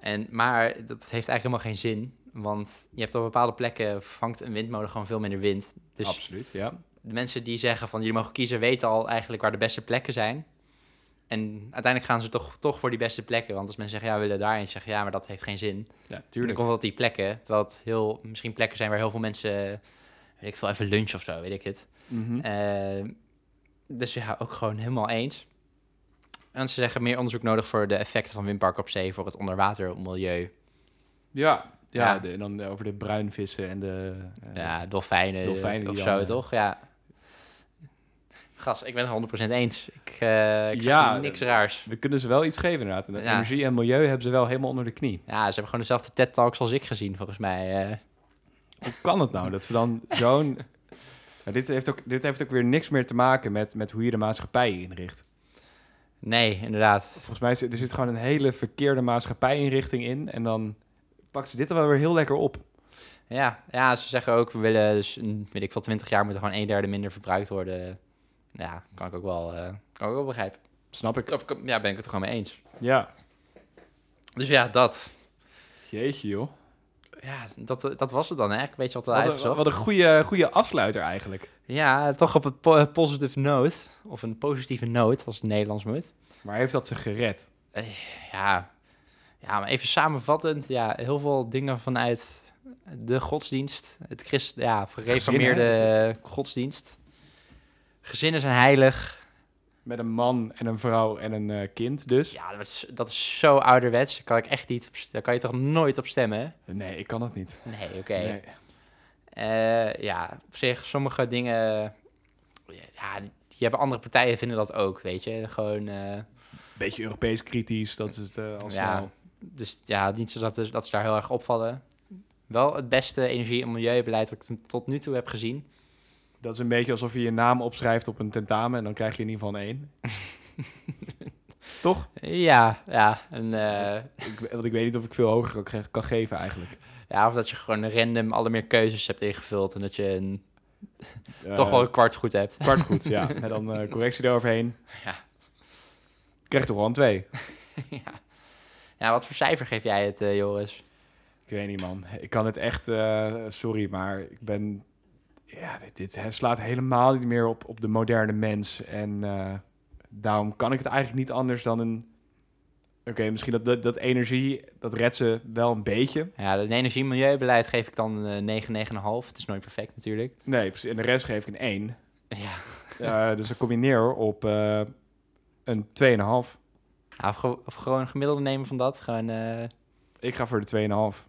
[SPEAKER 1] En, maar dat heeft eigenlijk helemaal geen zin. Want je hebt op bepaalde plekken vangt een windmolen gewoon veel minder wind. Dus
[SPEAKER 2] Absoluut, ja.
[SPEAKER 1] de mensen die zeggen van jullie mogen kiezen, weten al eigenlijk waar de beste plekken zijn. En uiteindelijk gaan ze toch, toch voor die beste plekken. Want als mensen zeggen, ja, we willen daarheen, zeggen ze, ja, maar dat heeft geen zin.
[SPEAKER 2] Ja,
[SPEAKER 1] Tuurlijk.
[SPEAKER 2] tuurlijk.
[SPEAKER 1] Dan komt dat die plekken. Terwijl het heel, misschien plekken zijn waar heel veel mensen, weet ik veel, even lunch of zo, weet ik het.
[SPEAKER 2] Mhm.
[SPEAKER 1] Eh, dus ja, ook gewoon helemaal eens. En ze zeggen meer onderzoek nodig voor de effecten van windparken op zee voor het onderwatermilieu.
[SPEAKER 2] Ja, ja,
[SPEAKER 1] Ja.
[SPEAKER 2] de- en dan over de bruinvissen en de... eh,
[SPEAKER 1] Ja, dolfijnen,
[SPEAKER 2] dolfijnen
[SPEAKER 1] of
[SPEAKER 2] die
[SPEAKER 1] zo,
[SPEAKER 2] dan, eh,
[SPEAKER 1] toch? Ja. Gas, ik ben het 100% eens. Ik, eh ik
[SPEAKER 2] Ja,
[SPEAKER 1] ja, niks raars.
[SPEAKER 2] We kunnen ze wel iets geven inderdaad. En dat
[SPEAKER 1] Ja.
[SPEAKER 2] energie en milieu hebben ze wel helemaal onder de knie.
[SPEAKER 1] Ja, ze hebben gewoon dezelfde TED-talks als ik gezien, volgens mij. eh.
[SPEAKER 2] Hoe kan het nou dat ze dan zo'n... [laughs] Maar dit, heeft ook, dit heeft ook weer niks meer te maken met, met hoe je de maatschappij inricht.
[SPEAKER 1] nee, inderdaad.
[SPEAKER 2] Volgens mij zit er zit gewoon een hele verkeerde maatschappijinrichting in. En dan pakken ze dit er wel weer heel lekker op.
[SPEAKER 1] Ja, ja, ze zeggen ook, we willen dus, in, weet ik veel, 20 jaar moet er gewoon een derde minder verbruikt worden. Ja, kan ik ook wel, eh, kan ik ook wel begrijpen.
[SPEAKER 2] Snap ik.
[SPEAKER 1] Of, ja, ben ik het er gewoon mee eens.
[SPEAKER 2] Ja.
[SPEAKER 1] Dus ja, dat.
[SPEAKER 2] Jeetje joh.
[SPEAKER 1] Ja, dat, eh, dat was het dan eigenlijk. Weet je wat we
[SPEAKER 2] Wat een,
[SPEAKER 1] uitgezocht?
[SPEAKER 2] wat een goede, goede afsluiter eigenlijk.
[SPEAKER 1] Ja, toch op een po- positive note. Of een positieve noot, als het Nederlands moet.
[SPEAKER 2] Maar heeft dat ze gered?
[SPEAKER 1] Eh, Ja, Ja, maar even samenvattend, ja, heel veel dingen vanuit de godsdienst, het christ, ja, gereformeerde eh, godsdienst. Gezinnen zijn heilig.
[SPEAKER 2] Met een man en een vrouw en een eh, kind dus.
[SPEAKER 1] Ja, dat is, dat is zo ouderwets. Daar kan ik echt niet, op st- daar kan je toch nooit op stemmen?
[SPEAKER 2] Nee, ik kan dat niet.
[SPEAKER 1] Nee, oké.
[SPEAKER 2] Nee.
[SPEAKER 1] Eh, ja, op zich, sommige dingen, ja, die die hebben andere partijen vinden dat ook, weet je. Gewoon, eh,
[SPEAKER 2] Beetje Europees kritisch, dat is het eh, al
[SPEAKER 1] Ja.
[SPEAKER 2] snel.
[SPEAKER 1] Dus ja, niet zo dat, dat ze daar heel erg opvallen. Wel het beste energie- en milieubeleid dat ik tot nu toe heb gezien.
[SPEAKER 2] Dat is een beetje alsof je je naam opschrijft op een tentamen en dan krijg je in ieder geval
[SPEAKER 1] [laughs]
[SPEAKER 2] een één. Toch?
[SPEAKER 1] Ja, ja. En, eh,
[SPEAKER 2] Ik, want ik weet niet of ik veel hoger kan, krijgen- kan geven eigenlijk.
[SPEAKER 1] ja. Of dat je gewoon random alle meer keuzes hebt ingevuld en dat je een, toch
[SPEAKER 2] Eh,
[SPEAKER 1] wel een kwart goed hebt.
[SPEAKER 2] kwart goed, ja. En dan eh, correctie eroverheen.
[SPEAKER 1] Ja.
[SPEAKER 2] Krijg toch wel een twee?
[SPEAKER 1] ja. ja, wat voor cijfer geef jij het, eh, Joris?
[SPEAKER 2] Ik weet niet, man. Ik kan het echt... eh, sorry, maar ik ben... Ja, dit, dit hè, slaat helemaal niet meer op, op de moderne mens. En eh, daarom kan ik het eigenlijk niet anders dan een... Oké, misschien dat, dat, dat energie, dat redt ze wel een beetje.
[SPEAKER 1] Ja, het energie- en milieubeleid geef ik dan eh, 9, 9,5. Het is nooit perfect natuurlijk.
[SPEAKER 2] Nee, precies. En de rest geef ik een 1.
[SPEAKER 1] Ja.
[SPEAKER 2] Eh, dus dan kom je neer op eh een 2,5.
[SPEAKER 1] Ja, of, nou, ge- of gewoon een gemiddelde nemen van dat. Gewoon, eh,
[SPEAKER 2] Ik ga voor de 2,5.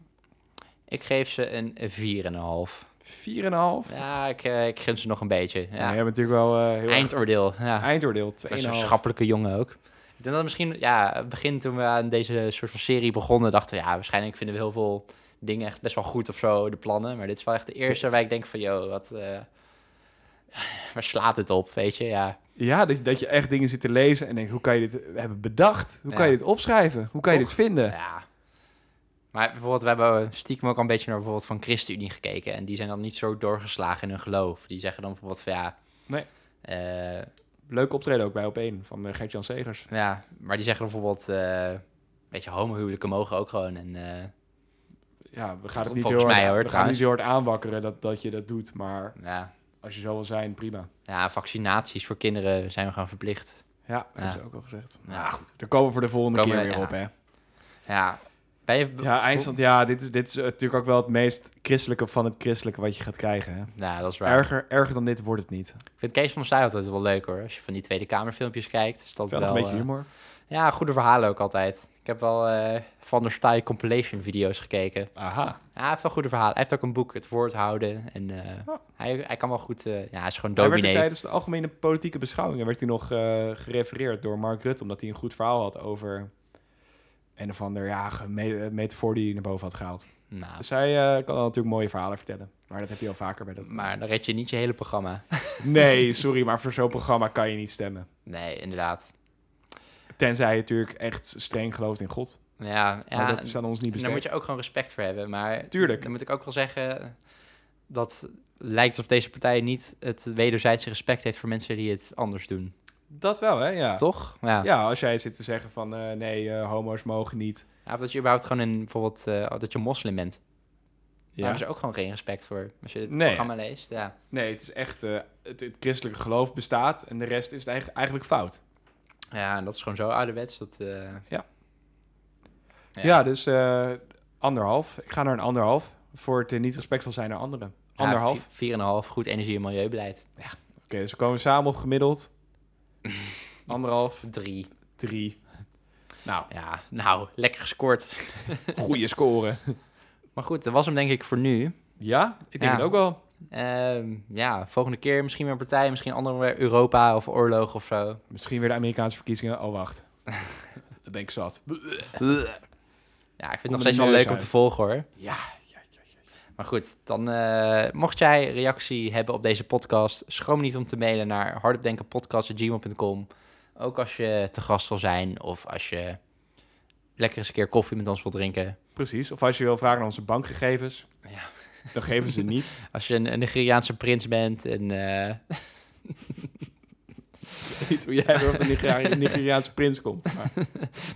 [SPEAKER 1] ik geef ze een 4,5.
[SPEAKER 2] 4,5?
[SPEAKER 1] Ja, ik, eh, ik gun ze nog een beetje.
[SPEAKER 2] Ja.
[SPEAKER 1] Ja.
[SPEAKER 2] Je hebt natuurlijk wel eh, heel erg-
[SPEAKER 1] Eindoordeel. Ja.
[SPEAKER 2] eindoordeel. 2,5.
[SPEAKER 1] Ik ben Zo'n schappelijke jongen ook. Ik denk dat misschien, ja, het begin toen we aan deze soort van serie begonnen, dachten we, ja, waarschijnlijk vinden we heel veel dingen echt best wel goed of zo, de plannen. Maar dit is wel echt de eerste waar ik denk van, joh, wat, eh, waar slaat dit op, weet je? Ja,
[SPEAKER 2] Ja, dat, dat je echt dingen zit te lezen en denkt, hoe kan je dit hebben bedacht? Hoe kan
[SPEAKER 1] Ja.
[SPEAKER 2] je dit opschrijven? Hoe kan je
[SPEAKER 1] Toch?
[SPEAKER 2] dit vinden?
[SPEAKER 1] ja. Maar bijvoorbeeld, we hebben stiekem ook al een beetje naar bijvoorbeeld van ChristenUnie gekeken. En die zijn dan niet zo doorgeslagen in hun geloof. Die zeggen dan bijvoorbeeld van, ja...
[SPEAKER 2] Nee.
[SPEAKER 1] eh,
[SPEAKER 2] Leuk optreden ook bij op één van eh, Gert-Jan Segers.
[SPEAKER 1] ja, maar die zeggen dan bijvoorbeeld, eh weet je, homohuwelijken mogen ook gewoon. En eh,
[SPEAKER 2] Ja, we gaan het
[SPEAKER 1] Volgens
[SPEAKER 2] niet, heel hard,
[SPEAKER 1] mij, hoor,
[SPEAKER 2] we gaan het
[SPEAKER 1] trouwens.
[SPEAKER 2] niet heel hard aanwakkeren dat, dat je dat doet, maar
[SPEAKER 1] ja,
[SPEAKER 2] als je zo wil zijn, prima.
[SPEAKER 1] Ja, vaccinaties voor kinderen zijn we gewoon verplicht.
[SPEAKER 2] Ja, dat
[SPEAKER 1] Ja.
[SPEAKER 2] is ook al gezegd.
[SPEAKER 1] Ja.
[SPEAKER 2] Nou goed, daar komen we voor de volgende
[SPEAKER 1] Komen
[SPEAKER 2] keer
[SPEAKER 1] we-
[SPEAKER 2] weer
[SPEAKER 1] ja.
[SPEAKER 2] op, hè.
[SPEAKER 1] Ja, ben je...
[SPEAKER 2] Ja, eindstand, ja, dit is, dit is natuurlijk ook wel het meest christelijke van het christelijke wat je gaat krijgen. Hè?
[SPEAKER 1] Ja, dat is waar.
[SPEAKER 2] Erger, erger dan dit wordt het niet.
[SPEAKER 1] Ik vind Kees van Staaij altijd wel leuk hoor. Als je van die Tweede Kamerfilmpjes kijkt, is dat
[SPEAKER 2] Wel
[SPEAKER 1] wel...
[SPEAKER 2] een beetje
[SPEAKER 1] eh,
[SPEAKER 2] humor.
[SPEAKER 1] ja, goede verhalen ook altijd. Ik heb wel eh, van der Staaij compilation video's gekeken.
[SPEAKER 2] Aha.
[SPEAKER 1] Ja, hij heeft wel goede verhalen. Hij heeft ook een boek, Het Woord Houden. En eh,
[SPEAKER 2] Ja.
[SPEAKER 1] hij, hij kan wel goed... eh, ja, hij is gewoon
[SPEAKER 2] Daar Oh. werd er
[SPEAKER 1] dominee.
[SPEAKER 2] tijdens de algemene politieke beschouwingen werd hij nog eh, gerefereerd door Mark Rutte, omdat hij een goed verhaal had over een of ander ja, geme- eh, metafoor die hij naar boven had gehaald.
[SPEAKER 1] Nou,
[SPEAKER 2] Dus hij eh, kan dan natuurlijk mooie verhalen vertellen. Maar dat heb je al vaker bij dat.
[SPEAKER 1] maar dan red je niet je hele programma.
[SPEAKER 2] [laughs] Nee, sorry, maar voor zo'n programma kan je niet stemmen.
[SPEAKER 1] Nee, inderdaad.
[SPEAKER 2] Tenzij je natuurlijk echt streng gelooft in God.
[SPEAKER 1] Ja, ja
[SPEAKER 2] maar dat is aan ons niet
[SPEAKER 1] En daar
[SPEAKER 2] bestemd.
[SPEAKER 1] moet je ook gewoon respect voor hebben. Maar
[SPEAKER 2] Dus Tuurlijk.
[SPEAKER 1] dan moet ik ook wel zeggen dat lijkt alsof deze partij niet het wederzijdse respect heeft voor mensen die het anders doen.
[SPEAKER 2] Dat wel, hè? Ja.
[SPEAKER 1] Toch? Ja.
[SPEAKER 2] Ja, als jij zit te zeggen van eh, nee, eh, homo's mogen niet.
[SPEAKER 1] Ja, Of dat je überhaupt gewoon een, bijvoorbeeld, eh, dat je moslim bent. Daar
[SPEAKER 2] Ja.
[SPEAKER 1] hebben ze ook gewoon geen respect voor. Als je het
[SPEAKER 2] Nee.
[SPEAKER 1] programma leest, ja.
[SPEAKER 2] Nee, het is echt, eh, het, het christelijke geloof bestaat en de rest is eigenlijk, eigenlijk fout.
[SPEAKER 1] Ja, en dat is gewoon zo ouderwets. Dat, eh,
[SPEAKER 2] Ja. Ja,
[SPEAKER 1] Ja,
[SPEAKER 2] dus eh, anderhalf. Ik ga naar een anderhalf voor het eh, niet respectvol zijn naar anderen. Anderhalf.
[SPEAKER 1] ja, vier- vier en een half, goed energie- en milieubeleid.
[SPEAKER 2] Oké, dus we komen samen op
[SPEAKER 1] [laughs]
[SPEAKER 2] gemiddeld. Anderhalf,
[SPEAKER 1] Drie.
[SPEAKER 2] drie. Nou,
[SPEAKER 1] Ja, nou, lekker gescoord.
[SPEAKER 2] goede score.
[SPEAKER 1] Maar goed, dat was hem denk ik voor nu.
[SPEAKER 2] Ja, ik denk
[SPEAKER 1] Ja.
[SPEAKER 2] het ook wel.
[SPEAKER 1] Ehm, ja, volgende keer misschien weer een partij, misschien een andere weer Europa of oorlog of zo.
[SPEAKER 2] Misschien weer de Amerikaanse verkiezingen. Oh,
[SPEAKER 1] [laughs]
[SPEAKER 2] wacht. Dat ben ik zat.
[SPEAKER 1] Ja, ik vind het
[SPEAKER 2] Komt
[SPEAKER 1] nog
[SPEAKER 2] er
[SPEAKER 1] steeds
[SPEAKER 2] een
[SPEAKER 1] wel
[SPEAKER 2] neus
[SPEAKER 1] leuk om
[SPEAKER 2] uit.
[SPEAKER 1] te volgen hoor.
[SPEAKER 2] Ja, ja, ja, ja.
[SPEAKER 1] Maar goed, dan eh, mocht jij reactie hebben op deze podcast, schroom niet om te mailen naar hardopdenkenpodcast.gmail.com. Ook als je te gast wil zijn of als je lekker eens een keer koffie met ons wil drinken.
[SPEAKER 2] Precies. Of als je wil vragen naar onze bankgegevens.
[SPEAKER 1] Ja. [laughs]
[SPEAKER 2] Dan geven ze niet.
[SPEAKER 1] Als je een, een Nigeriaanse prins bent en eh, [laughs]
[SPEAKER 2] niet hoe jij weer op de
[SPEAKER 1] [laughs]
[SPEAKER 2] Nigeria- Nigeriaanse prins komt. Maar,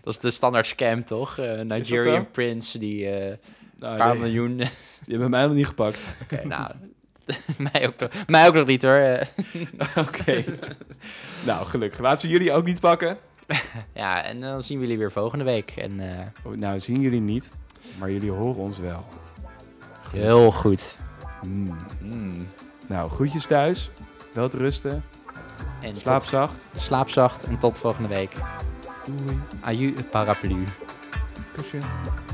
[SPEAKER 1] dat is de standaard scam toch? Eh, Nigerian
[SPEAKER 2] zo?
[SPEAKER 1] prince die eh, een
[SPEAKER 2] nou,
[SPEAKER 1] paar
[SPEAKER 2] nee,
[SPEAKER 1] miljoen... Oké,
[SPEAKER 2] die hebben mij nog niet gepakt.
[SPEAKER 1] [laughs] nou, mij, ook, nog- mij ook nog niet hoor. Eh,
[SPEAKER 2] Oké. nou, gelukkig. Laten ze jullie ook niet pakken.
[SPEAKER 1] Ja, en dan zien we jullie weer volgende week. En eh,
[SPEAKER 2] Oh, Nou, zien jullie niet, maar jullie horen ons wel.
[SPEAKER 1] heel goed.
[SPEAKER 2] Mm.
[SPEAKER 1] Mm.
[SPEAKER 2] Nou, groetjes thuis. Wel te rusten.
[SPEAKER 1] En
[SPEAKER 2] Slaap
[SPEAKER 1] tot-
[SPEAKER 2] zacht.
[SPEAKER 1] slaap zacht en tot volgende week.
[SPEAKER 2] Doei.
[SPEAKER 1] Aju, paraplu.
[SPEAKER 2] Kusje.